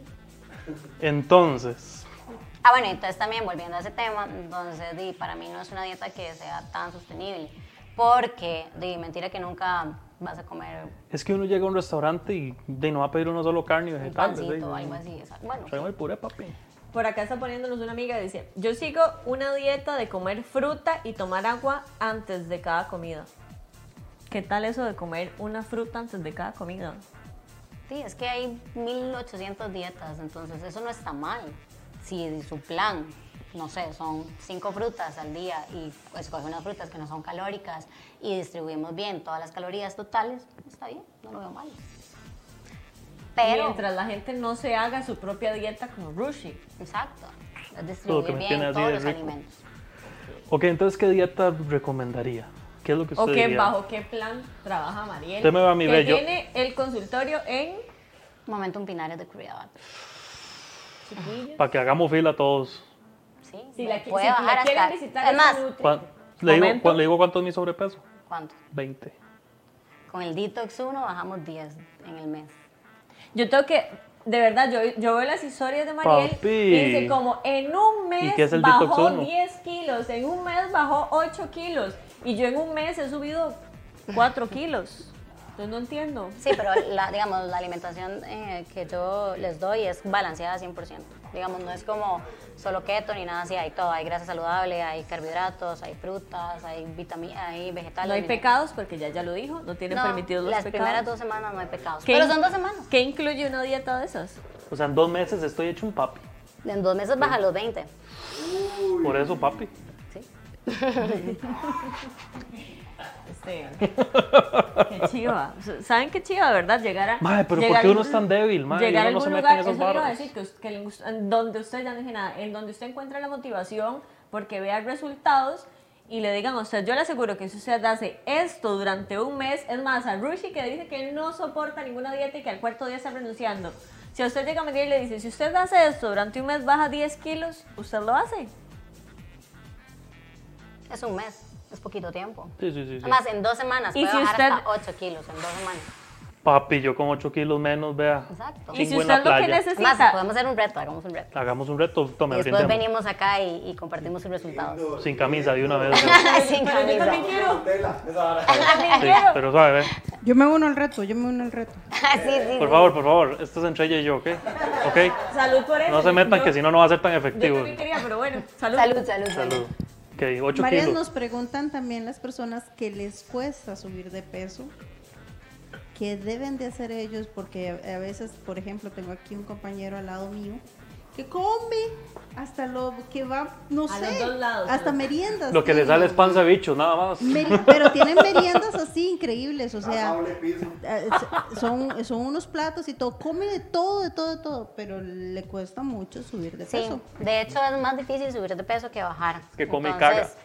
[SPEAKER 2] Entonces,
[SPEAKER 4] Ah, bueno, entonces también volviendo a ese tema, entonces di, para mí no es una dieta que sea tan sostenible, porque di, mentira que nunca vas a comer
[SPEAKER 2] es que uno llega a un restaurante y de, no va a pedir uno solo carne y
[SPEAKER 4] un
[SPEAKER 2] vegetales. de,
[SPEAKER 4] pancito o algo así. esa- Bueno,
[SPEAKER 2] Traigame el puré, papi.
[SPEAKER 1] Por acá está poniéndonos una amiga, dice, yo sigo una dieta de comer fruta y tomar agua antes de cada comida. ¿Qué tal eso de comer una fruta antes de cada comida?
[SPEAKER 4] sí, es que hay 1800 dietas, entonces eso no está mal. Si su plan, no sé, son cinco frutas al día y escoge unas frutas que no son calóricas y distribuimos bien todas las calorías totales, está bien, no lo veo mal. Pero,
[SPEAKER 1] Mientras la gente no se haga su propia dieta como Rushi.
[SPEAKER 4] exacto, es
[SPEAKER 2] Todo lo que
[SPEAKER 4] distribuir
[SPEAKER 2] me tiene
[SPEAKER 4] bien
[SPEAKER 2] así
[SPEAKER 4] todos
[SPEAKER 2] de
[SPEAKER 4] los
[SPEAKER 2] rico.
[SPEAKER 4] alimentos.
[SPEAKER 2] Ok, entonces, ¿qué dieta recomendaría? ¿Qué es lo que usted
[SPEAKER 1] ¿O qué,
[SPEAKER 2] diría?
[SPEAKER 1] bajo qué plan trabaja Mariel?
[SPEAKER 2] Usted me va a mi
[SPEAKER 1] que
[SPEAKER 2] bello.
[SPEAKER 1] tiene el consultorio en...
[SPEAKER 4] Momentum Pinares de Curidad.
[SPEAKER 1] Chiquillos.
[SPEAKER 2] Para que hagamos fila todos.
[SPEAKER 4] Sí,
[SPEAKER 1] Si
[SPEAKER 4] me
[SPEAKER 1] la, qui-
[SPEAKER 4] puede
[SPEAKER 1] si la
[SPEAKER 4] bajar
[SPEAKER 1] quieren
[SPEAKER 4] hasta-
[SPEAKER 1] visitar,
[SPEAKER 4] Es más,
[SPEAKER 1] es Nutri.
[SPEAKER 2] ¿Cuán- le, digo,
[SPEAKER 1] Momento.
[SPEAKER 2] cuán- le digo cuánto es mi sobrepeso.
[SPEAKER 4] ¿cuánto?
[SPEAKER 2] 20.
[SPEAKER 4] Con el Detox 1 bajamos 10 en el mes.
[SPEAKER 1] Yo tengo que, de verdad, yo, yo veo las historias de Mariel
[SPEAKER 2] Papi.
[SPEAKER 1] y dice como en un mes
[SPEAKER 2] qué es el detox
[SPEAKER 1] bajó
[SPEAKER 2] uno?
[SPEAKER 1] 10 kilos, en un mes bajó 8 kilos y yo en un mes he subido 4 kilos. Yo no entiendo.
[SPEAKER 4] Sí, pero la, digamos, la alimentación eh, que yo les doy es balanceada 100%. Digamos, no es como solo keto ni nada así, hay todo, hay grasa saludable, hay carbohidratos, hay frutas, hay vitaminas, hay vegetales.
[SPEAKER 1] No hay
[SPEAKER 4] minerales.
[SPEAKER 1] pecados porque ya ya lo dijo, no tienen
[SPEAKER 4] No,
[SPEAKER 1] permitidos los
[SPEAKER 4] las
[SPEAKER 1] pecados.
[SPEAKER 4] primeras dos semanas no hay pecados.
[SPEAKER 1] ¿Qué-
[SPEAKER 4] Pero son dos semanas.
[SPEAKER 1] ¿Qué incluye una dieta de esas?
[SPEAKER 2] O sea, en dos meses estoy hecho un papi.
[SPEAKER 4] En dos meses baja los 20.
[SPEAKER 2] Por eso, papi.
[SPEAKER 4] ¿sí?
[SPEAKER 2] [laughs]
[SPEAKER 1] Este, qué chiva. ¿Saben qué chiva, verdad? Llegar a.
[SPEAKER 2] Mae, pero ¿por
[SPEAKER 1] llegar
[SPEAKER 2] qué
[SPEAKER 1] a
[SPEAKER 2] uno
[SPEAKER 1] algún-
[SPEAKER 2] es tan débil, mae?
[SPEAKER 1] Llegar a
[SPEAKER 2] Uno no se
[SPEAKER 1] algún
[SPEAKER 2] mete
[SPEAKER 1] lugar,
[SPEAKER 2] en
[SPEAKER 1] eso
[SPEAKER 2] esas
[SPEAKER 1] le iba a
[SPEAKER 2] barras.
[SPEAKER 1] decir, que, us- que le- en donde usted, ya no dije nada, en donde usted encuentra la motivación porque vea resultados y le digan a usted, yo le aseguro que si usted hace esto durante un mes, es más, a Rushi que dice que no soporta ninguna dieta y que al cuarto día está renunciando. Si a usted llega a medir y le dice, si usted hace esto durante un mes baja 10 kilos, ¿usted lo hace?
[SPEAKER 4] Es un mes, es poquito tiempo.
[SPEAKER 2] Sí, sí, sí, sí.
[SPEAKER 4] Además, en dos semanas
[SPEAKER 1] Y
[SPEAKER 4] puede
[SPEAKER 1] si
[SPEAKER 4] bajar
[SPEAKER 1] usted-
[SPEAKER 4] hasta 8 kilos, en dos semanas.
[SPEAKER 2] Papi, yo con 8 kilos menos, vea.
[SPEAKER 4] Exacto.
[SPEAKER 1] Y
[SPEAKER 2] Chingo
[SPEAKER 1] si
[SPEAKER 2] en
[SPEAKER 1] usted
[SPEAKER 2] la
[SPEAKER 1] lo que
[SPEAKER 2] playa.
[SPEAKER 4] Además,
[SPEAKER 1] necesita,
[SPEAKER 4] podemos hacer un reto, hagamos un reto.
[SPEAKER 2] Hagamos un reto, tome,
[SPEAKER 4] Y después
[SPEAKER 2] brindemos.
[SPEAKER 4] venimos acá y, y compartimos sus resultados.
[SPEAKER 2] Sin camisa, de una vez.
[SPEAKER 4] [laughs] Sin
[SPEAKER 1] pero yo
[SPEAKER 4] camisa.
[SPEAKER 1] también quiero. [laughs]
[SPEAKER 5] Tela, esa vara.
[SPEAKER 1] También
[SPEAKER 2] Sí,
[SPEAKER 1] quiero.
[SPEAKER 2] pero sabe, ve.
[SPEAKER 3] Yo me uno al reto, yo me uno al reto.
[SPEAKER 4] Ah, sí, sí.
[SPEAKER 2] Por favor, por favor, esto es entre ella y yo, ¿ok? ¿Ok?
[SPEAKER 1] Salud por eso.
[SPEAKER 2] No se metan
[SPEAKER 1] Yo-
[SPEAKER 2] que si no, no va a ser tan
[SPEAKER 1] Yo
[SPEAKER 2] efectivo.
[SPEAKER 1] también quería, pero bueno, salud.
[SPEAKER 4] Salud, salud, salud.
[SPEAKER 2] Salud. Ok, 8
[SPEAKER 3] Varias
[SPEAKER 2] kilos.
[SPEAKER 3] nos preguntan también las personas que les cuesta subir de peso, qué deben de hacer ellos, porque a a veces, por ejemplo, tengo aquí un compañero al lado mío que come hasta lo que va, no
[SPEAKER 1] A
[SPEAKER 3] sé,
[SPEAKER 1] los dos lados,
[SPEAKER 3] hasta
[SPEAKER 1] ¿no?
[SPEAKER 3] meriendas.
[SPEAKER 2] Lo que le
[SPEAKER 3] tienen.
[SPEAKER 2] sale es panza de bicho, nada más.
[SPEAKER 3] Meri- pero tienen meriendas así increíbles, o sea,
[SPEAKER 5] doble piso.
[SPEAKER 3] eh, son, son unos platos y todo, come de todo, de todo, de todo, pero le cuesta mucho subir de
[SPEAKER 4] Sí,
[SPEAKER 3] peso.
[SPEAKER 4] de hecho es más difícil subir de peso que bajar.
[SPEAKER 2] Que come y
[SPEAKER 4] Entonces,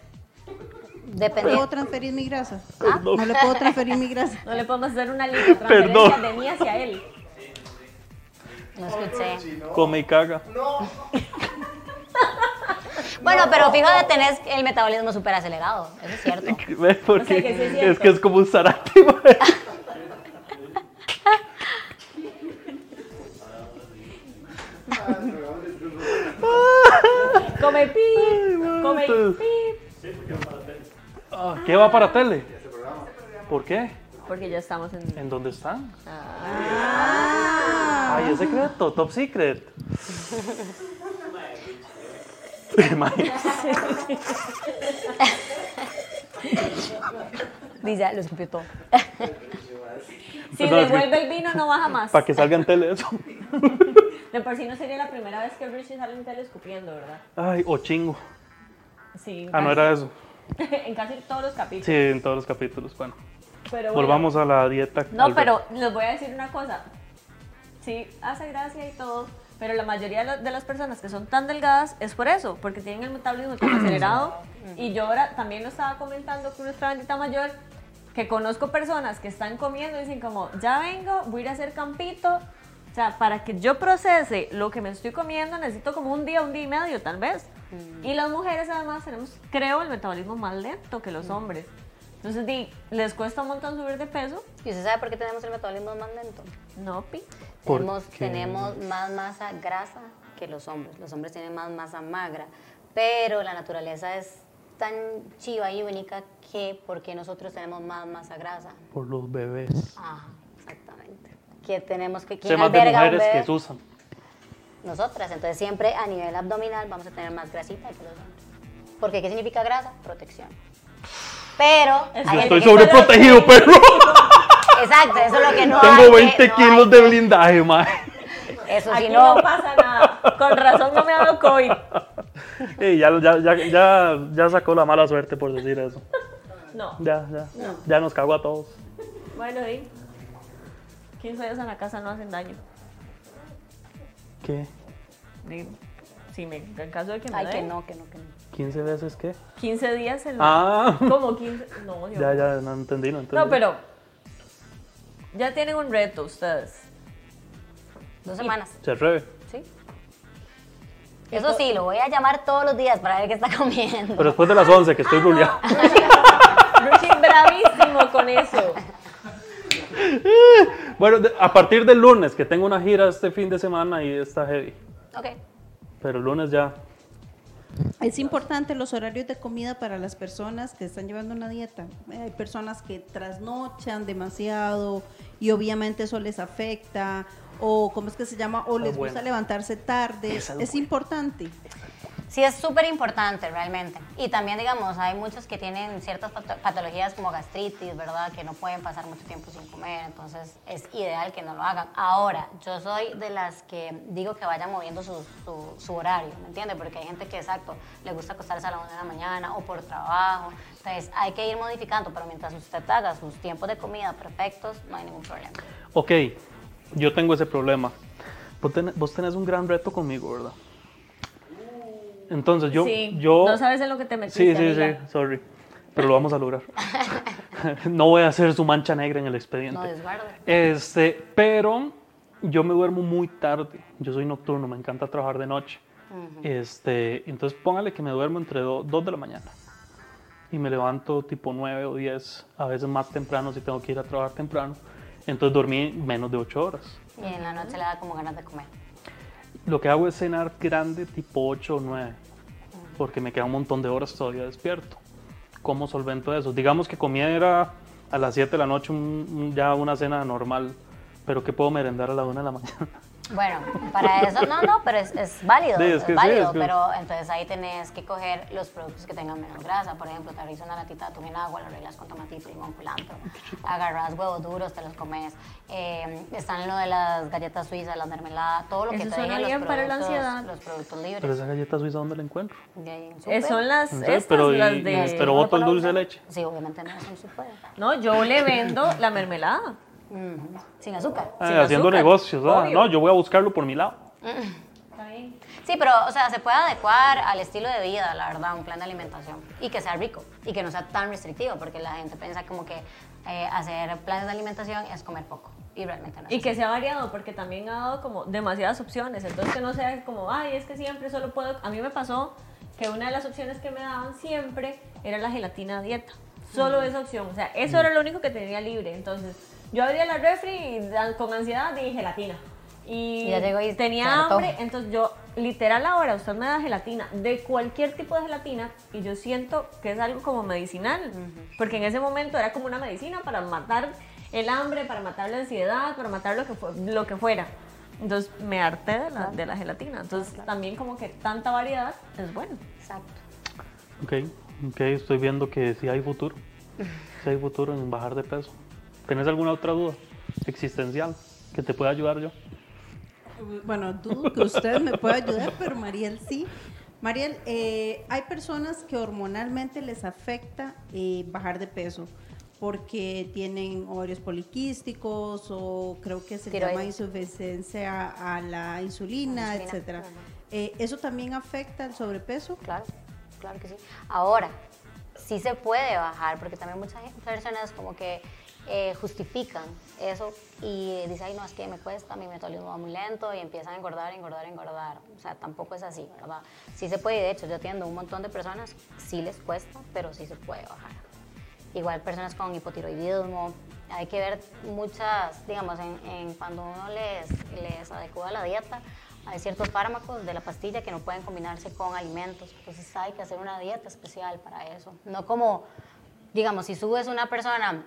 [SPEAKER 3] ¿Puedo
[SPEAKER 4] Dependiendo.
[SPEAKER 3] transferir mi grasa?
[SPEAKER 2] Pues
[SPEAKER 3] No le puedo transferir mi grasa.
[SPEAKER 1] No le podemos hacer una lipotransferencia
[SPEAKER 2] Perdón.
[SPEAKER 1] de mí hacia él.
[SPEAKER 4] No escuché.
[SPEAKER 2] Come y caga.
[SPEAKER 4] Bueno, pero fíjate, tenés el metabolismo súper acelerado. Eso es cierto.
[SPEAKER 2] Ve, Porque
[SPEAKER 1] O sea, que sí es
[SPEAKER 2] es
[SPEAKER 1] cierto.
[SPEAKER 2] que es como un zarate, mae.
[SPEAKER 1] Come pip,
[SPEAKER 2] bueno,
[SPEAKER 1] come pip.
[SPEAKER 2] entonces- Ah, ¿Qué va para tele? ¿Por qué?
[SPEAKER 1] Porque ya estamos en...
[SPEAKER 2] ¿En dónde están?
[SPEAKER 1] Ah.
[SPEAKER 2] Ay, es secreto, top
[SPEAKER 1] [laughs]
[SPEAKER 2] secret. Mae,
[SPEAKER 4] Dice, lo escupió todo.
[SPEAKER 1] [laughs] Si
[SPEAKER 2] Perdón, es que-
[SPEAKER 1] devuelve el vino no baja más.
[SPEAKER 2] Para que salga en tele eso.
[SPEAKER 1] De por sí no sería la primera vez que Richie sale en tele escupiendo, ¿verdad?
[SPEAKER 2] Ay, o chingo.
[SPEAKER 1] Sí.
[SPEAKER 2] Ah, no era eso.
[SPEAKER 1] [laughs] en casi todos los capítulos.
[SPEAKER 2] Sí, en todos los capítulos. Bueno,
[SPEAKER 1] Pero bueno,
[SPEAKER 2] volvamos a la dieta.
[SPEAKER 1] No,
[SPEAKER 2] Alberto.
[SPEAKER 1] pero les voy a decir una cosa. Sí, hace gracia y todo, pero la mayoría de la- de las personas que son tan delgadas es por eso, porque tienen el metabolismo tan acelerado. Y yo ahora también lo estaba comentando con nuestra bandita mayor, que conozco personas que están comiendo y dicen como, ya vengo, voy a ir a hacer campito. O sea, para que yo procese lo que me estoy comiendo necesito como un día, un día y medio tal vez. Y las mujeres además tenemos, creo, el metabolismo más lento que los hombres. Entonces, di, les cuesta un montón subir de peso,
[SPEAKER 4] ¿Y usted sabe por qué tenemos el metabolismo más lento?
[SPEAKER 1] no, pi.
[SPEAKER 2] ¿Por
[SPEAKER 4] Tenemos,
[SPEAKER 2] qué?
[SPEAKER 4] tenemos más masa grasa que los hombres. Los hombres tienen más masa magra. Pero la naturaleza es tan chiva y única que porque nosotros tenemos más masa grasa.
[SPEAKER 2] Por los bebés.
[SPEAKER 4] Ah, exactamente. Que tenemos que
[SPEAKER 2] Sé
[SPEAKER 4] ¿quién
[SPEAKER 2] más de
[SPEAKER 4] alberga un
[SPEAKER 2] mujeres
[SPEAKER 4] bebé?
[SPEAKER 2] que Susan.
[SPEAKER 4] Nosotras, entonces siempre a nivel abdominal vamos a tener más grasita que los hombres. Porque ¿qué significa grasa? Protección. Pero
[SPEAKER 1] Yo
[SPEAKER 4] hay
[SPEAKER 2] Yo
[SPEAKER 1] Ay,
[SPEAKER 2] estoy
[SPEAKER 4] gente que-
[SPEAKER 2] sobreprotegido, perro.
[SPEAKER 4] Exacto, eso es lo que no hay
[SPEAKER 2] Tengo
[SPEAKER 4] que-
[SPEAKER 2] 20
[SPEAKER 4] no hay
[SPEAKER 2] kilos de
[SPEAKER 4] que-
[SPEAKER 2] blindaje, mae.
[SPEAKER 4] Eso sí
[SPEAKER 1] Aquí
[SPEAKER 4] Pues no.
[SPEAKER 1] no. pasa nada. Con razón no me ha dado COVID.
[SPEAKER 2] [laughs] Ey, ya, ya, ya, ya, ya sacó la mala suerte por decir eso.
[SPEAKER 1] No.
[SPEAKER 2] Ya, ya. Ya nos cagó a todos.
[SPEAKER 1] Bueno, y 15 años en la casa no hacen daño.
[SPEAKER 2] ¿Qué?
[SPEAKER 1] Di, Si me, en caso de que me
[SPEAKER 4] Ay,
[SPEAKER 2] ¿eh?
[SPEAKER 1] dé.
[SPEAKER 4] ¿eh? que no, que no, que no.
[SPEAKER 2] ¿15 veces qué?
[SPEAKER 1] 15 días en la...
[SPEAKER 2] Ah.
[SPEAKER 1] [laughs]
[SPEAKER 2] [laughs]
[SPEAKER 1] Como 15... No, Dios.
[SPEAKER 2] Ya, ya, no entendí, no entendí.
[SPEAKER 1] No, pero... Ya tienen un reto ustedes.
[SPEAKER 4] Dos semanas,
[SPEAKER 2] Se atreve.
[SPEAKER 4] ¿sí? Eso sí, lo voy a llamar todos los días para ver qué está comiendo.
[SPEAKER 2] Pero después de las 11, que estoy
[SPEAKER 4] [laughs]
[SPEAKER 2] bruleado.
[SPEAKER 1] Richie es bravísimo con eso.
[SPEAKER 2] Bueno, de- a partir del lunes, que tengo una gira este fin de semana y está heavy.
[SPEAKER 4] Ok.
[SPEAKER 2] Pero el lunes ya.
[SPEAKER 3] Es importante los horarios de comida para las personas que están llevando una dieta. Eh, Hay personas que trasnochan demasiado y obviamente eso les afecta o cómo es que se llama o
[SPEAKER 2] Esa es
[SPEAKER 3] les gusta
[SPEAKER 2] buena.
[SPEAKER 3] levantarse tarde.
[SPEAKER 2] Esa es
[SPEAKER 3] es
[SPEAKER 2] buena.
[SPEAKER 3] importante.
[SPEAKER 4] Sí, es súper importante realmente. Y también, digamos, hay muchos que tienen ciertas pato- patologías como gastritis, ¿verdad? Que no pueden pasar mucho tiempo sin comer, entonces es ideal que no lo hagan. Ahora, yo soy de las que digo que vayan moviendo su, su- su horario, ¿me entiendes? Porque hay gente que, exacto, le gusta acostarse a la 1 de la mañana o por trabajo. Entonces, hay que ir modificando, pero mientras usted haga sus tiempos de comida perfectos, no hay ningún problema.
[SPEAKER 2] Ok, yo tengo ese problema. Vos tenés, vos tenés un gran reto conmigo, ¿verdad? Entonces yo.
[SPEAKER 1] sí.
[SPEAKER 2] yo
[SPEAKER 1] No sabes en lo que te metiste,
[SPEAKER 2] Sí, sí,
[SPEAKER 1] amiga.
[SPEAKER 2] sí, sorry. Pero lo vamos a lograr. [laughs] no voy a hacer su mancha negra en el expediente.
[SPEAKER 4] No desguarde.
[SPEAKER 2] Este, pero yo me duermo muy tarde. Yo soy nocturno, me encanta trabajar de noche. este, entonces póngale que me duermo entre 2 de la mañana y me levanto tipo 9 o 10, a veces más temprano si tengo que ir a trabajar temprano. Entonces dormí menos de 8 horas.
[SPEAKER 4] Y en la noche le da como ganas de comer.
[SPEAKER 2] Lo que hago es cenar grande tipo 8 o 9, porque me queda un montón de horas todavía despierto. ¿Cómo solvento eso? Digamos que comiera a las 7 de la noche un- un- ya una cena normal, pero que puedo merendar a la [laughs] 1 de la mañana.
[SPEAKER 4] Bueno, para eso no, no, pero es, es válido,
[SPEAKER 2] Sí, es
[SPEAKER 4] es,
[SPEAKER 2] que sí,
[SPEAKER 4] válido,
[SPEAKER 2] es que-
[SPEAKER 4] pero entonces ahí tenés que coger los productos que tengan menos grasa, por ejemplo, te abrís una latita de atún en agua, lo arreglas con tomatito, limón, culantro, agarras huevos duros, te los comes, eh, están lo de las galletas suizas, las mermeladas, todo lo que
[SPEAKER 1] Eso
[SPEAKER 4] te
[SPEAKER 1] suena
[SPEAKER 4] dije, los
[SPEAKER 1] bien para la
[SPEAKER 4] productos,
[SPEAKER 1] ansiedad.
[SPEAKER 4] los productos
[SPEAKER 2] Pero
[SPEAKER 4] libres.
[SPEAKER 2] esa galleta suiza, ¿dónde la encuentro?
[SPEAKER 4] De ahí en
[SPEAKER 1] Eh,
[SPEAKER 4] súper.
[SPEAKER 1] son las,
[SPEAKER 2] ¿En serio?
[SPEAKER 1] estas,
[SPEAKER 2] Pero y-
[SPEAKER 1] las
[SPEAKER 2] y
[SPEAKER 1] de...
[SPEAKER 2] espero boto el dulce de leche.
[SPEAKER 4] Sí, obviamente no es un súper.
[SPEAKER 1] No, yo le vendo la mermelada.
[SPEAKER 4] Ujú. Sin azúcar.
[SPEAKER 2] Ah,
[SPEAKER 1] Sin
[SPEAKER 2] haciendo
[SPEAKER 1] azúcar,
[SPEAKER 2] negocios. ah,
[SPEAKER 1] obvio.
[SPEAKER 2] No, yo voy a buscarlo por mi lado.
[SPEAKER 4] Sí, pero, o sea, se puede adecuar al estilo de vida, la verdad, un plan de alimentación. Y que sea rico y que no sea tan restrictivo, porque la gente piensa como que eh, hacer planes de alimentación es comer poco. Y realmente no es
[SPEAKER 1] Y
[SPEAKER 4] así.
[SPEAKER 1] que sea variado, porque también ha dado como demasiadas opciones. Entonces que no sea como, ay, es que siempre solo puedo. A mí me pasó que una de las opciones que me daban siempre era la gelatina a dieta. Solo esa opción. O sea, eso era lo único que tenía libre. Entonces, yo abría la refri y da- con ansiedad dije gelatina. Y,
[SPEAKER 4] Y ya llegó y se
[SPEAKER 1] tenía
[SPEAKER 4] hartó.
[SPEAKER 1] hambre, entonces yo, literal ahora, usted me da gelatina, de cualquier tipo de gelatina, y yo siento que es algo como medicinal, porque en ese momento era como una medicina para matar el hambre, para matar la ansiedad, para matar lo que, fue, lo que fuera. Entonces me harté de la, de la gelatina. Entonces también como que tanta variedad es bueno.
[SPEAKER 4] Exacto.
[SPEAKER 2] Ok, ok, estoy viendo que sí hay futuro. Sí hay futuro en bajar de peso. ¿Tenés alguna otra duda existencial que te pueda ayudar yo?
[SPEAKER 3] Bueno, dudo que usted me pueda ayudar, pero Mariel sí. Mariel, eh, hay personas que hormonalmente les afecta eh, bajar de peso porque tienen ovarios poliquísticos o creo que se llama
[SPEAKER 4] Tiroides.
[SPEAKER 3] insuficiencia a la
[SPEAKER 4] Insulina,
[SPEAKER 3] insulina, etcétera.
[SPEAKER 4] ajá.
[SPEAKER 3] Eh, ¿Eso también afecta el sobrepeso?
[SPEAKER 4] Claro, claro que sí. Ahora, sí se puede bajar, porque también muchas gen- personas como que eh, justifican eso y eh, dicen, ay, no, es que me cuesta, mi metabolismo va muy lento y empiezan a engordar, engordar, engordar. O sea, tampoco es así, ¿verdad? Sí se puede, y de hecho, yo atiendo un montón de personas, sí les cuesta, pero sí se puede bajar. Igual personas con hipotiroidismo, hay que ver muchas, digamos, en, en cuando uno les, les adecua la dieta, hay ciertos fármacos de la pastilla que no pueden combinarse con alimentos, entonces hay que hacer una dieta especial para eso. No como, digamos, si subes una persona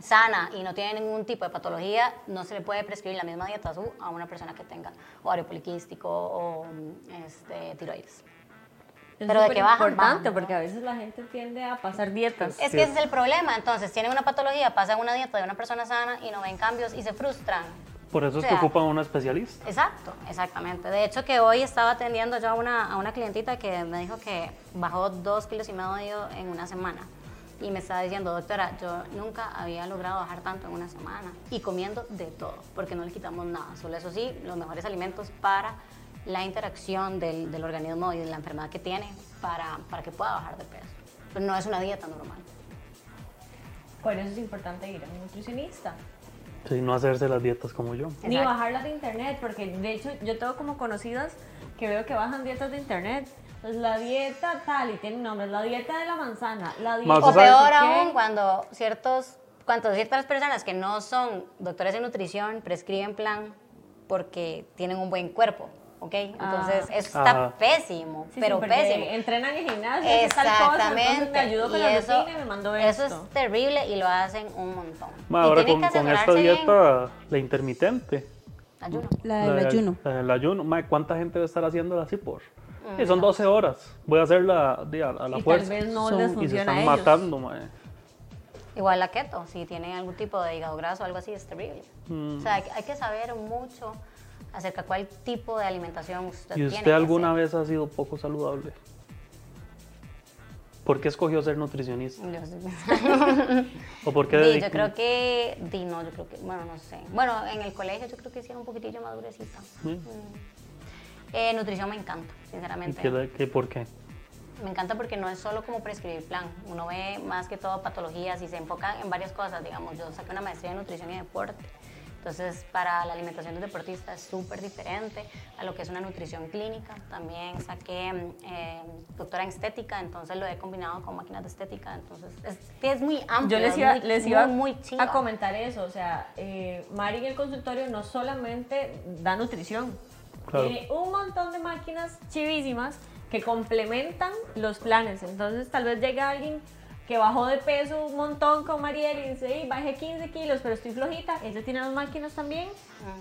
[SPEAKER 4] sana y no tiene ningún tipo de patología, no se le puede prescribir la misma dieta azul a una persona que tenga ovario poliquístico o mm, este, tiroides.
[SPEAKER 1] Es
[SPEAKER 4] Pero de que bajan,
[SPEAKER 1] importante
[SPEAKER 4] bajan, ¿no?
[SPEAKER 1] porque a veces la gente tiende a pasar dietas.
[SPEAKER 4] Es que ese es el problema. Entonces, tienen una patología, pasan una dieta de una persona sana y no ven cambios y se frustran.
[SPEAKER 2] Por eso
[SPEAKER 4] O
[SPEAKER 2] es que
[SPEAKER 4] sea-
[SPEAKER 2] ocupan una especialista.
[SPEAKER 4] Exacto, exactamente. De hecho, que hoy estaba atendiendo yo a una, a una clientita que me dijo que bajó dos kilos y medio en una semana. Y me estaba diciendo, doctora, yo nunca había logrado bajar tanto en una semana. Y comiendo de todo, porque no le quitamos nada. Solo eso sí, los mejores alimentos para la interacción del, del organismo y de la enfermedad que tiene para, para que pueda bajar de peso. Pero no es una dieta normal.
[SPEAKER 1] Por eso es importante ir a un nutricionista.
[SPEAKER 2] Sí, no hacerse las dietas como yo.
[SPEAKER 1] Ni
[SPEAKER 4] Exacto.
[SPEAKER 1] bajarlas de internet, porque de hecho yo tengo como conocidas que veo que bajan dietas de internet. La dieta tal y tiene nombres, la dieta de la manzana, la dieta
[SPEAKER 2] Más
[SPEAKER 1] no
[SPEAKER 4] O
[SPEAKER 2] Entonces,
[SPEAKER 1] sé
[SPEAKER 4] peor
[SPEAKER 1] qué.
[SPEAKER 4] aún, cuando ciertos, cuando ciertas personas que no son doctores en nutrición prescriben plan porque tienen un buen cuerpo, ¿ok? Entonces, eso está
[SPEAKER 2] Ajá.
[SPEAKER 4] pésimo,
[SPEAKER 1] Ah. Sí, sí,
[SPEAKER 4] pero
[SPEAKER 1] porque
[SPEAKER 4] pésimo.
[SPEAKER 1] Entrenan en gimnasio, hacen tal cosa, entonces
[SPEAKER 4] Exactamente.
[SPEAKER 1] me ayudó con
[SPEAKER 4] Y
[SPEAKER 1] la
[SPEAKER 4] eso,
[SPEAKER 1] rutina y me mandó
[SPEAKER 4] eso
[SPEAKER 1] esto.
[SPEAKER 4] es terrible y lo hacen un montón.
[SPEAKER 2] Ma,
[SPEAKER 4] Y
[SPEAKER 2] ahora
[SPEAKER 4] tienen
[SPEAKER 2] con,
[SPEAKER 4] que
[SPEAKER 2] con esta
[SPEAKER 4] asegurarse
[SPEAKER 2] dieta, la intermitente.
[SPEAKER 4] bien. Ayuno.
[SPEAKER 3] La del
[SPEAKER 2] la-
[SPEAKER 3] ayuno.
[SPEAKER 2] La del ayuno. Ma, ¿cuánta gente va a estar haciéndola así por? Eh, son 12 horas. Voy a hacerla di, a, a la
[SPEAKER 1] y tal
[SPEAKER 2] fuerza.
[SPEAKER 1] vez no
[SPEAKER 3] Son-
[SPEAKER 1] les
[SPEAKER 2] y se
[SPEAKER 1] funciona a
[SPEAKER 2] están
[SPEAKER 1] ellos.
[SPEAKER 2] matando, ma.
[SPEAKER 4] Igual la keto, si tienen algún tipo de hígado graso o algo así, es terrible.
[SPEAKER 2] Mm.
[SPEAKER 4] O sea, hay, hay que saber mucho acerca de cuál tipo de alimentación
[SPEAKER 2] ¿Y
[SPEAKER 4] usted tiene.
[SPEAKER 2] usted
[SPEAKER 4] que
[SPEAKER 2] alguna
[SPEAKER 4] hacer.
[SPEAKER 2] vez ha sido poco saludable? ¿Por qué escogió ser nutricionista?
[SPEAKER 4] Yo sé.
[SPEAKER 2] ¿O [laughs] por qué
[SPEAKER 4] Di,
[SPEAKER 2] dedicó-
[SPEAKER 4] yo creo que. Di, no, yo creo que. Bueno, no sé. Bueno, en el colegio yo creo que hicieron un poquitillo más durecita.
[SPEAKER 2] Sí.
[SPEAKER 4] Eh, nutrición me encanta,
[SPEAKER 2] ¿Y
[SPEAKER 4] sinceramente.
[SPEAKER 2] qué le- qué- por qué?
[SPEAKER 4] Me encanta porque no es solo como prescribir plan. Uno ve más que todo patologías y se enfoca en varias cosas. Digamos, yo saqué una maestría en nutrición y deporte. Entonces, para la alimentación de un deportista es súper diferente a lo que es una nutrición clínica. También saqué mm, eh, doctora en estética, entonces lo he combinado con máquinas de estética. Entonces, es, sí, es muy amplio.
[SPEAKER 1] Yo les iba,
[SPEAKER 4] es muy,
[SPEAKER 1] les iba
[SPEAKER 4] muy, muy chiva.
[SPEAKER 1] a comentar eso, o sea, eh, Mari en el consultorio no solamente da nutrición,
[SPEAKER 2] Claro.
[SPEAKER 1] tiene un montón de máquinas chivísimas que complementan los planes, entonces tal vez llega alguien que bajó de peso un montón con Mariel y dice, "Ey, bajé 15 kilos, pero estoy flojita, ella tiene las máquinas también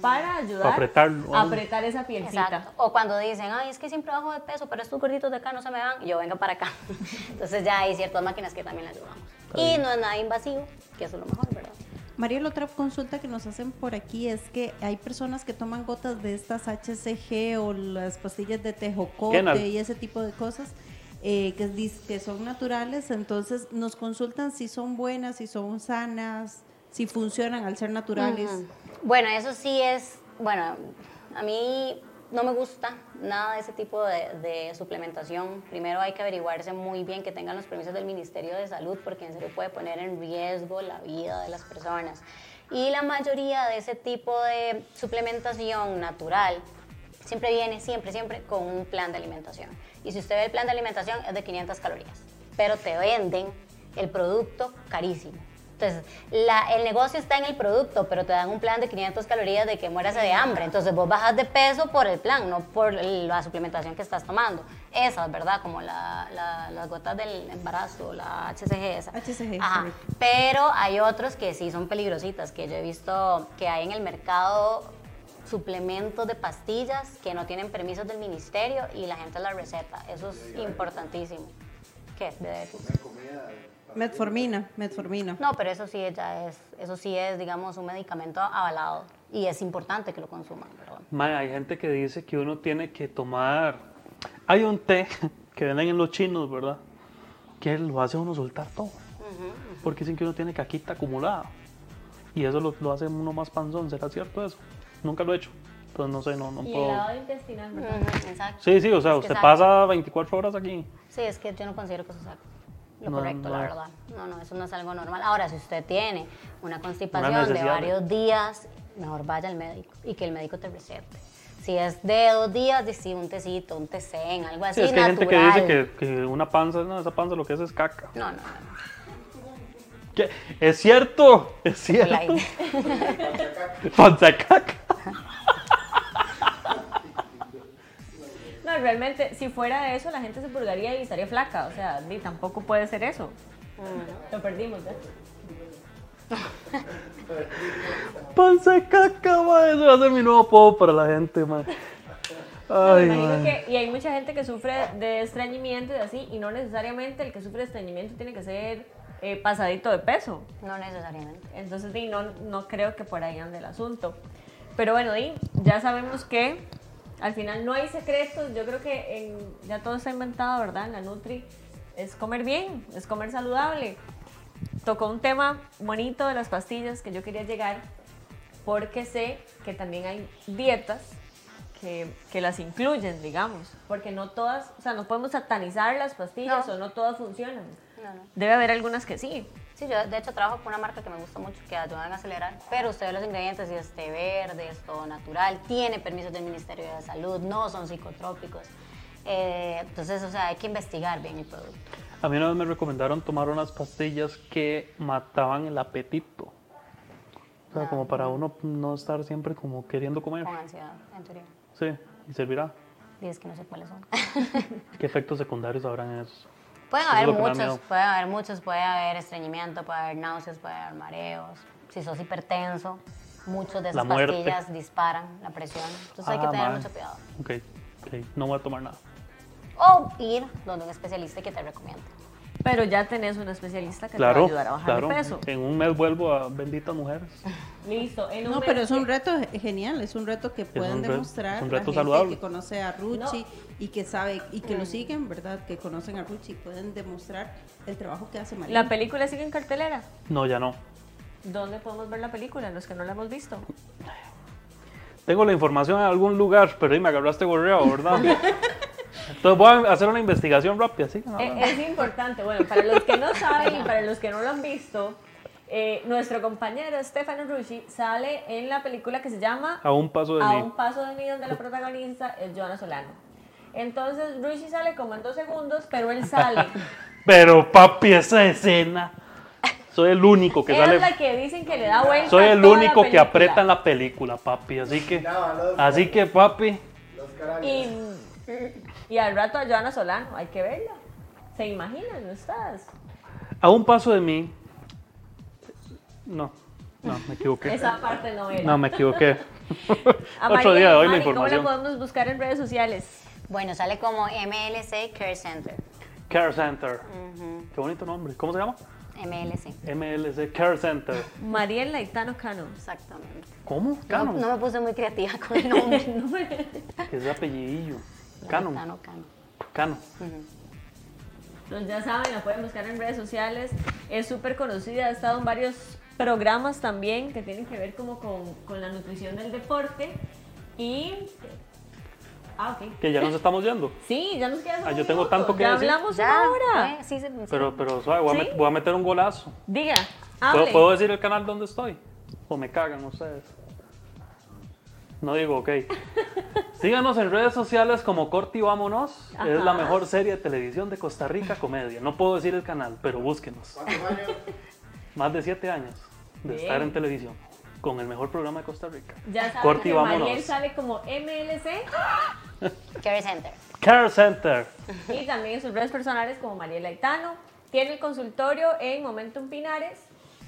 [SPEAKER 1] para ayudar
[SPEAKER 2] Para apretarlo.
[SPEAKER 1] a apretar esa pielcita.
[SPEAKER 4] Mm. Exacto. O cuando dicen, ay, es que siempre bajo de peso, pero estos gorditos de acá no se me van, yo vengo para acá. [laughs] Entonces ya hay ciertas máquinas que también le ayudamos. Y no es nada invasivo, que eso es lo mejor, ¿verdad?
[SPEAKER 3] Mariel, otra consulta que nos hacen por aquí es que hay personas que toman gotas de estas HCG o las pastillas de
[SPEAKER 2] Kenal.
[SPEAKER 3] tejocote y ese tipo de cosas eh, que, dis- que son naturales, entonces nos consultan si son buenas, si son sanas, si funcionan al ser naturales.
[SPEAKER 4] Ujú. Bueno, eso sí es, bueno, a mí no me gusta nada de ese tipo de, de suplementación. Primero hay que averiguarse muy bien que tengan los permisos del Ministerio de Salud porque en serio puede poner en riesgo la vida de las personas. Y la mayoría de ese tipo de suplementación natural siempre viene, siempre, siempre con un plan de alimentación. Y si usted ve el plan de alimentación es de 500 calorías, pero te venden el producto carísimo. Entonces, la- el negocio está en el producto, pero te dan un plan de 500 calorías de que mueras de hambre. Entonces, vos bajas de peso por el plan, no por la suplementación que estás tomando. Esas, ¿verdad? Como la- la- las gotas del embarazo, la HCG esa.
[SPEAKER 3] HCG,
[SPEAKER 4] Ajá.
[SPEAKER 3] correcto.
[SPEAKER 4] Pero hay otros que sí son peligrositas, que yo he visto que hay en el mercado suplementos de pastillas que no tienen permisos del ministerio y la gente las receta. Eso es importantísimo. ¿Qué? ¿De-
[SPEAKER 3] Metformina, metformina.
[SPEAKER 4] No, pero eso sí ya es, eso sí es, digamos, un medicamento avalado y es importante que lo consuman, ¿verdad?
[SPEAKER 2] Mae, hay gente que dice que uno tiene que tomar. Hay un té [laughs] que venden en los chinos, ¿verdad? Que lo hace uno soltar todo. Porque dicen que uno tiene caquita acumulada. Y eso lo, lo hace uno más panzón. ¿Será cierto eso? Nunca lo he hecho. Entonces no sé, no, no
[SPEAKER 1] Y el
[SPEAKER 2] puedo.
[SPEAKER 1] lado intestinal, ¿verdad?
[SPEAKER 4] Ujú, Exacto.
[SPEAKER 2] Sí, sí, o sea,
[SPEAKER 4] Es que
[SPEAKER 2] usted
[SPEAKER 4] sabe.
[SPEAKER 2] pasa 24 horas aquí.
[SPEAKER 4] Sí, es que yo no considero que eso sea lo
[SPEAKER 2] No,
[SPEAKER 4] correcto, la
[SPEAKER 2] no.
[SPEAKER 4] verdad. No, no, eso no es algo normal. Ahora, si usted tiene una
[SPEAKER 2] Una
[SPEAKER 4] constipación de
[SPEAKER 2] necesidad de-
[SPEAKER 4] varios días, mejor vaya al médico y que el médico te recete. Si es de dos días, de sí, un tecito, un tecén, algo así
[SPEAKER 2] Sí, es que hay gente que
[SPEAKER 4] natural.
[SPEAKER 2] dice que, que una panza, no, esa panza lo que hace es caca.
[SPEAKER 4] No,
[SPEAKER 2] [laughs]
[SPEAKER 4] no, no.
[SPEAKER 2] ¿Qué? Es cierto, es
[SPEAKER 4] no. La [laughs]
[SPEAKER 2] cierto. [laughs]
[SPEAKER 4] idea-
[SPEAKER 2] Panza de caca.
[SPEAKER 1] No, realmente, si fuera eso, la gente se purgaría y estaría flaca. O sea, ni tampoco puede ser eso. Lo perdimos, ¿eh? ¿ya?
[SPEAKER 2] Panza de caca, mae. Ese va a ser mi nuevo apodo para la gente, mae.
[SPEAKER 1] Me
[SPEAKER 2] Ay,
[SPEAKER 1] imagino
[SPEAKER 2] mae.
[SPEAKER 1] que, y hay mucha gente que sufre de estreñimiento y así, y no necesariamente el que sufre de estreñimiento tiene que ser eh, pasadito de peso.
[SPEAKER 4] no necesariamente.
[SPEAKER 1] Entonces, di, no, no creo que por ahí ande el asunto. Pero bueno, di, ya sabemos que al final no hay secretos. Yo creo que en- ya todo está inventado, ¿verdad? En la Nutri es comer bien, es comer saludable. Tocó un tema bonito de las pastillas que yo quería llegar porque sé que también hay dietas que, que las incluyen, digamos. Porque no todas, o sea, no podemos satanizar las pastillas
[SPEAKER 4] No.
[SPEAKER 1] o no todas funcionan.
[SPEAKER 4] No, no.
[SPEAKER 1] Debe haber algunas que sí.
[SPEAKER 4] Sí, yo de hecho trabajo con una marca que me gusta mucho, que ayudan a acelerar, pero usted ve los ingredientes y es té verde, es todo natural, tiene permisos del Ministerio de Salud, no son psicotrópicos. Eh, entonces, o sea, hay que investigar bien el producto.
[SPEAKER 2] A mí una vez me recomendaron tomar unas pastillas que mataban el apetito. O sea, como para uno no estar siempre como queriendo comer.
[SPEAKER 4] Con ansiedad, en teoría.
[SPEAKER 2] Sí, y servirá.
[SPEAKER 4] Dices que no sé cuáles son. [laughs]
[SPEAKER 2] ¿Qué efectos secundarios habrán en eso?
[SPEAKER 4] pueden
[SPEAKER 2] Eso es
[SPEAKER 4] haber
[SPEAKER 2] lo que me da
[SPEAKER 4] muchos,
[SPEAKER 2] miedo.
[SPEAKER 4] pueden haber muchos, puede haber estreñimiento, puede haber náuseas, puede haber mareos. Si sos hipertenso, muchos de
[SPEAKER 2] La
[SPEAKER 4] esas
[SPEAKER 2] muerte.
[SPEAKER 4] pastillas disparan la presión. Entonces hay que
[SPEAKER 2] Ah,
[SPEAKER 4] tener
[SPEAKER 2] mae.
[SPEAKER 4] mucho cuidado.
[SPEAKER 2] Ok, ok, no voy a tomar nada.
[SPEAKER 4] O ir donde un especialista que te recomiende.
[SPEAKER 1] Pero ya tenés un especialista que te va a
[SPEAKER 2] Claro,
[SPEAKER 1] ayudar a bajar
[SPEAKER 2] claro.
[SPEAKER 1] de peso.
[SPEAKER 2] En un mes vuelvo a benditas mujeres.
[SPEAKER 1] Listo, en un
[SPEAKER 3] No,
[SPEAKER 1] mes-
[SPEAKER 3] pero es un reto genial, es un reto que pueden
[SPEAKER 2] un re-
[SPEAKER 3] demostrar
[SPEAKER 2] es un
[SPEAKER 3] la
[SPEAKER 2] reto
[SPEAKER 3] gente
[SPEAKER 2] saludable.
[SPEAKER 3] que conoce a Ruchi y que sabe y que lo siguen, ¿verdad? Que conocen a Ruchi y pueden demostrar el trabajo que hace María.
[SPEAKER 1] La película sigue en cartelera.
[SPEAKER 2] No, ya no.
[SPEAKER 1] ¿Dónde podemos ver la película? Los que no la hemos visto.
[SPEAKER 2] Tengo la información en algún lugar, pero ahí me agarraste gorreado, ¿verdad? Entonces voy a hacer una investigación rápida, ¿sí?
[SPEAKER 1] Eh, es importante, bueno, para los que no saben y para los que no lo han visto, eh, nuestro compañero Stefano Rucci sale en la película que se llama
[SPEAKER 2] A un paso de
[SPEAKER 1] A
[SPEAKER 2] mí.
[SPEAKER 1] un paso de mí, donde la protagonista es Joana Solano. Entonces Rucci sale como en dos segundos, pero él sale.
[SPEAKER 2] Pero papi, esa escena. Soy el único [laughs] que
[SPEAKER 1] Ella
[SPEAKER 2] sale.
[SPEAKER 1] es la que dicen que le da vuelta.
[SPEAKER 2] Soy el
[SPEAKER 1] toda la
[SPEAKER 2] único que
[SPEAKER 1] película.
[SPEAKER 2] aprieta en la película, papi. Así que.
[SPEAKER 5] Nada, los-
[SPEAKER 2] Así que, papi.
[SPEAKER 5] Los carales.
[SPEAKER 1] Y, y al rato a Joana Solano, hay que verla. ¿Se imaginan ustedes?
[SPEAKER 2] A un paso de mí. No, no, me equivoqué.
[SPEAKER 1] Esa parte no era.
[SPEAKER 2] No, me equivoqué.
[SPEAKER 1] [laughs] A
[SPEAKER 2] Otro
[SPEAKER 1] María
[SPEAKER 2] día doy la
[SPEAKER 1] Alemán, ¿y
[SPEAKER 2] información.
[SPEAKER 1] ¿Cómo la podemos buscar en redes sociales?
[SPEAKER 4] Bueno, sale como MLC Care Center.
[SPEAKER 2] Care Center. Qué bonito nombre. ¿Cómo se llama?
[SPEAKER 4] MLC.
[SPEAKER 2] MLC Care Center.
[SPEAKER 1] Mariel Laitano Cano.
[SPEAKER 4] Exactamente.
[SPEAKER 2] ¿Cómo?
[SPEAKER 4] No,
[SPEAKER 2] Canon.
[SPEAKER 4] no me puse muy creativa con el
[SPEAKER 1] Pues
[SPEAKER 4] nombre.
[SPEAKER 2] Que es de apellidillo. [laughs] Canon.
[SPEAKER 4] Cano, Cano.
[SPEAKER 2] Canon.
[SPEAKER 1] Entonces ya saben, la pueden buscar en redes sociales. Es súper conocida, ha estado en varios programas también que tienen que ver como con, con la nutrición del deporte. Y... Ah, ok.
[SPEAKER 2] Que ya nos estamos yendo.
[SPEAKER 1] Sí, ya nos queda solo
[SPEAKER 2] Ah, yo
[SPEAKER 1] un
[SPEAKER 2] tengo
[SPEAKER 1] minuto.
[SPEAKER 2] tanto que
[SPEAKER 1] Ya
[SPEAKER 2] decir.
[SPEAKER 1] hablamos
[SPEAKER 4] Ya,
[SPEAKER 1] una hora.
[SPEAKER 4] fue, sí, se- sí.
[SPEAKER 2] Pero, pero, suave, voy, a
[SPEAKER 1] ¿Sí?
[SPEAKER 2] met- voy a meter un golazo.
[SPEAKER 1] Diga,
[SPEAKER 2] ¿Puedo,
[SPEAKER 1] hable.
[SPEAKER 2] puedo decir el canal donde estoy? ¿O me cagan ustedes? No digo,
[SPEAKER 1] [laughs]
[SPEAKER 2] ok. Síganos en redes sociales como Corti Vámonos. Es la
[SPEAKER 1] Ajá.
[SPEAKER 2] mejor serie de televisión de Costa Rica comedia. No puedo decir el canal, pero búsquenos.
[SPEAKER 5] ¿Cuántos años?
[SPEAKER 2] Más de siete años de
[SPEAKER 1] Bien.
[SPEAKER 2] estar en televisión con el mejor programa de Costa Rica.
[SPEAKER 1] Ya saben
[SPEAKER 2] Corti,
[SPEAKER 1] que Mariel
[SPEAKER 2] vámonos.
[SPEAKER 1] sale como MLC
[SPEAKER 4] Care Center.
[SPEAKER 2] Care Center.
[SPEAKER 1] y también en sus redes personales como Mariel Aitano. Tiene el consultorio en Momentum Pinares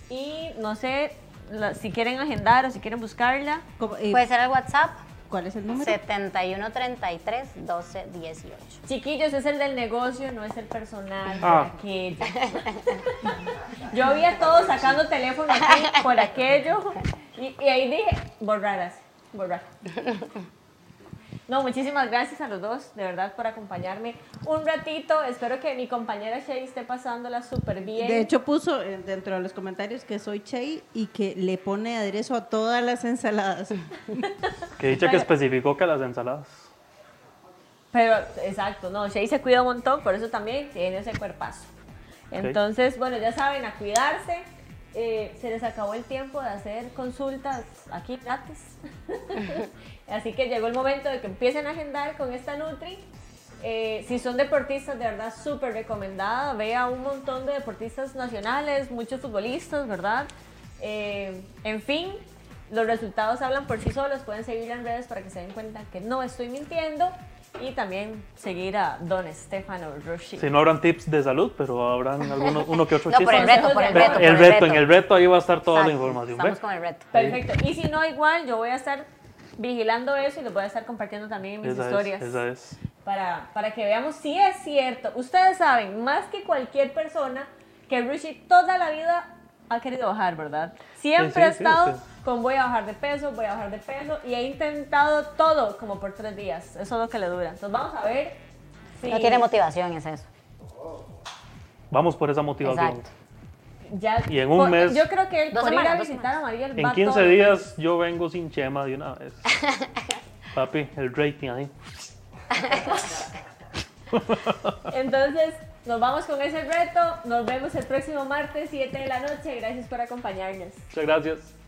[SPEAKER 1] y no sé la- si quieren agendar o si quieren buscarla.
[SPEAKER 3] ¿Cómo- eh,
[SPEAKER 4] Puede ser el WhatsApp
[SPEAKER 3] ¿Cuál es el número?
[SPEAKER 4] 7133 1218.
[SPEAKER 1] Chiquillos, es el del negocio, no es el personal. por
[SPEAKER 2] Ah.
[SPEAKER 1] aquello. Yo vi a todos sacando teléfono aquí por aquello y, y ahí dije, borraras, borrar. No, muchísimas gracias a los dos, de verdad, por acompañarme un ratito. Espero que mi compañera Shay esté pasándola súper bien.
[SPEAKER 3] De hecho puso eh, dentro de los comentarios que soy Chey y que le pone aderezo a todas las ensaladas.
[SPEAKER 2] Que dicha que especificó que las ensaladas.
[SPEAKER 1] Pero, exacto, no, Shay se cuida un montón, por eso también tiene ese cuerpazo. Entonces, bueno, ya saben, a cuidarse. Eh, se les acabó el tiempo de hacer consultas aquí gratis. Así que llegó el momento de que empiecen a agendar con esta Nutri. Eh, si son deportistas, de verdad, súper recomendada. Vea un montón de deportistas nacionales, muchos futbolistas, ¿verdad? Eh, en fin, los resultados hablan por sí solos. Pueden seguirla en redes para que se den cuenta que no estoy mintiendo. Y también seguir a Don Estefano Rushi.
[SPEAKER 2] Si no habrán tips de salud, pero habrán alguno, uno que otro
[SPEAKER 4] No, por el
[SPEAKER 2] chiste.
[SPEAKER 4] reto, por el
[SPEAKER 1] Ve-
[SPEAKER 4] reto.
[SPEAKER 2] Ve-
[SPEAKER 4] por
[SPEAKER 2] el reto, en el reto ahí va a estar toda la
[SPEAKER 4] Exacto,
[SPEAKER 2] información. ¿ve?
[SPEAKER 4] Estamos con el reto.
[SPEAKER 1] Perfecto. Y si no, igual yo voy a estar vigilando eso y lo voy a estar compartiendo también en mis
[SPEAKER 2] Esa
[SPEAKER 1] historias.
[SPEAKER 2] es, esa es.
[SPEAKER 1] Para, para que veamos si es cierto. Ustedes saben, más que cualquier persona, que Rushi toda la vida ha querido bajar, ¿verdad? Siempre
[SPEAKER 2] Sí, sí,
[SPEAKER 1] ha
[SPEAKER 2] sí,
[SPEAKER 1] estado
[SPEAKER 2] sí.
[SPEAKER 1] con voy a bajar de peso, voy a bajar de peso y he intentado todo como por tres días. Eso es lo que le dura. Entonces vamos a ver si
[SPEAKER 4] No tiene motivación, es eso.
[SPEAKER 2] Vamos por esa motivación.
[SPEAKER 4] Exacto.
[SPEAKER 1] ya-
[SPEAKER 2] Y en un
[SPEAKER 1] por-
[SPEAKER 2] mes-
[SPEAKER 1] Yo creo que él
[SPEAKER 4] Dos
[SPEAKER 1] por ir
[SPEAKER 4] semanas,
[SPEAKER 1] a
[SPEAKER 4] dos
[SPEAKER 1] visitar a María
[SPEAKER 2] En 15 días yo vengo sin chema de una
[SPEAKER 4] [laughs]
[SPEAKER 2] vez. Papi, el rating ahí.
[SPEAKER 1] Entonces, nos vamos con ese reto. Nos vemos el próximo martes, 7 de la noche. Gracias por acompañarnos.
[SPEAKER 2] Muchas gracias.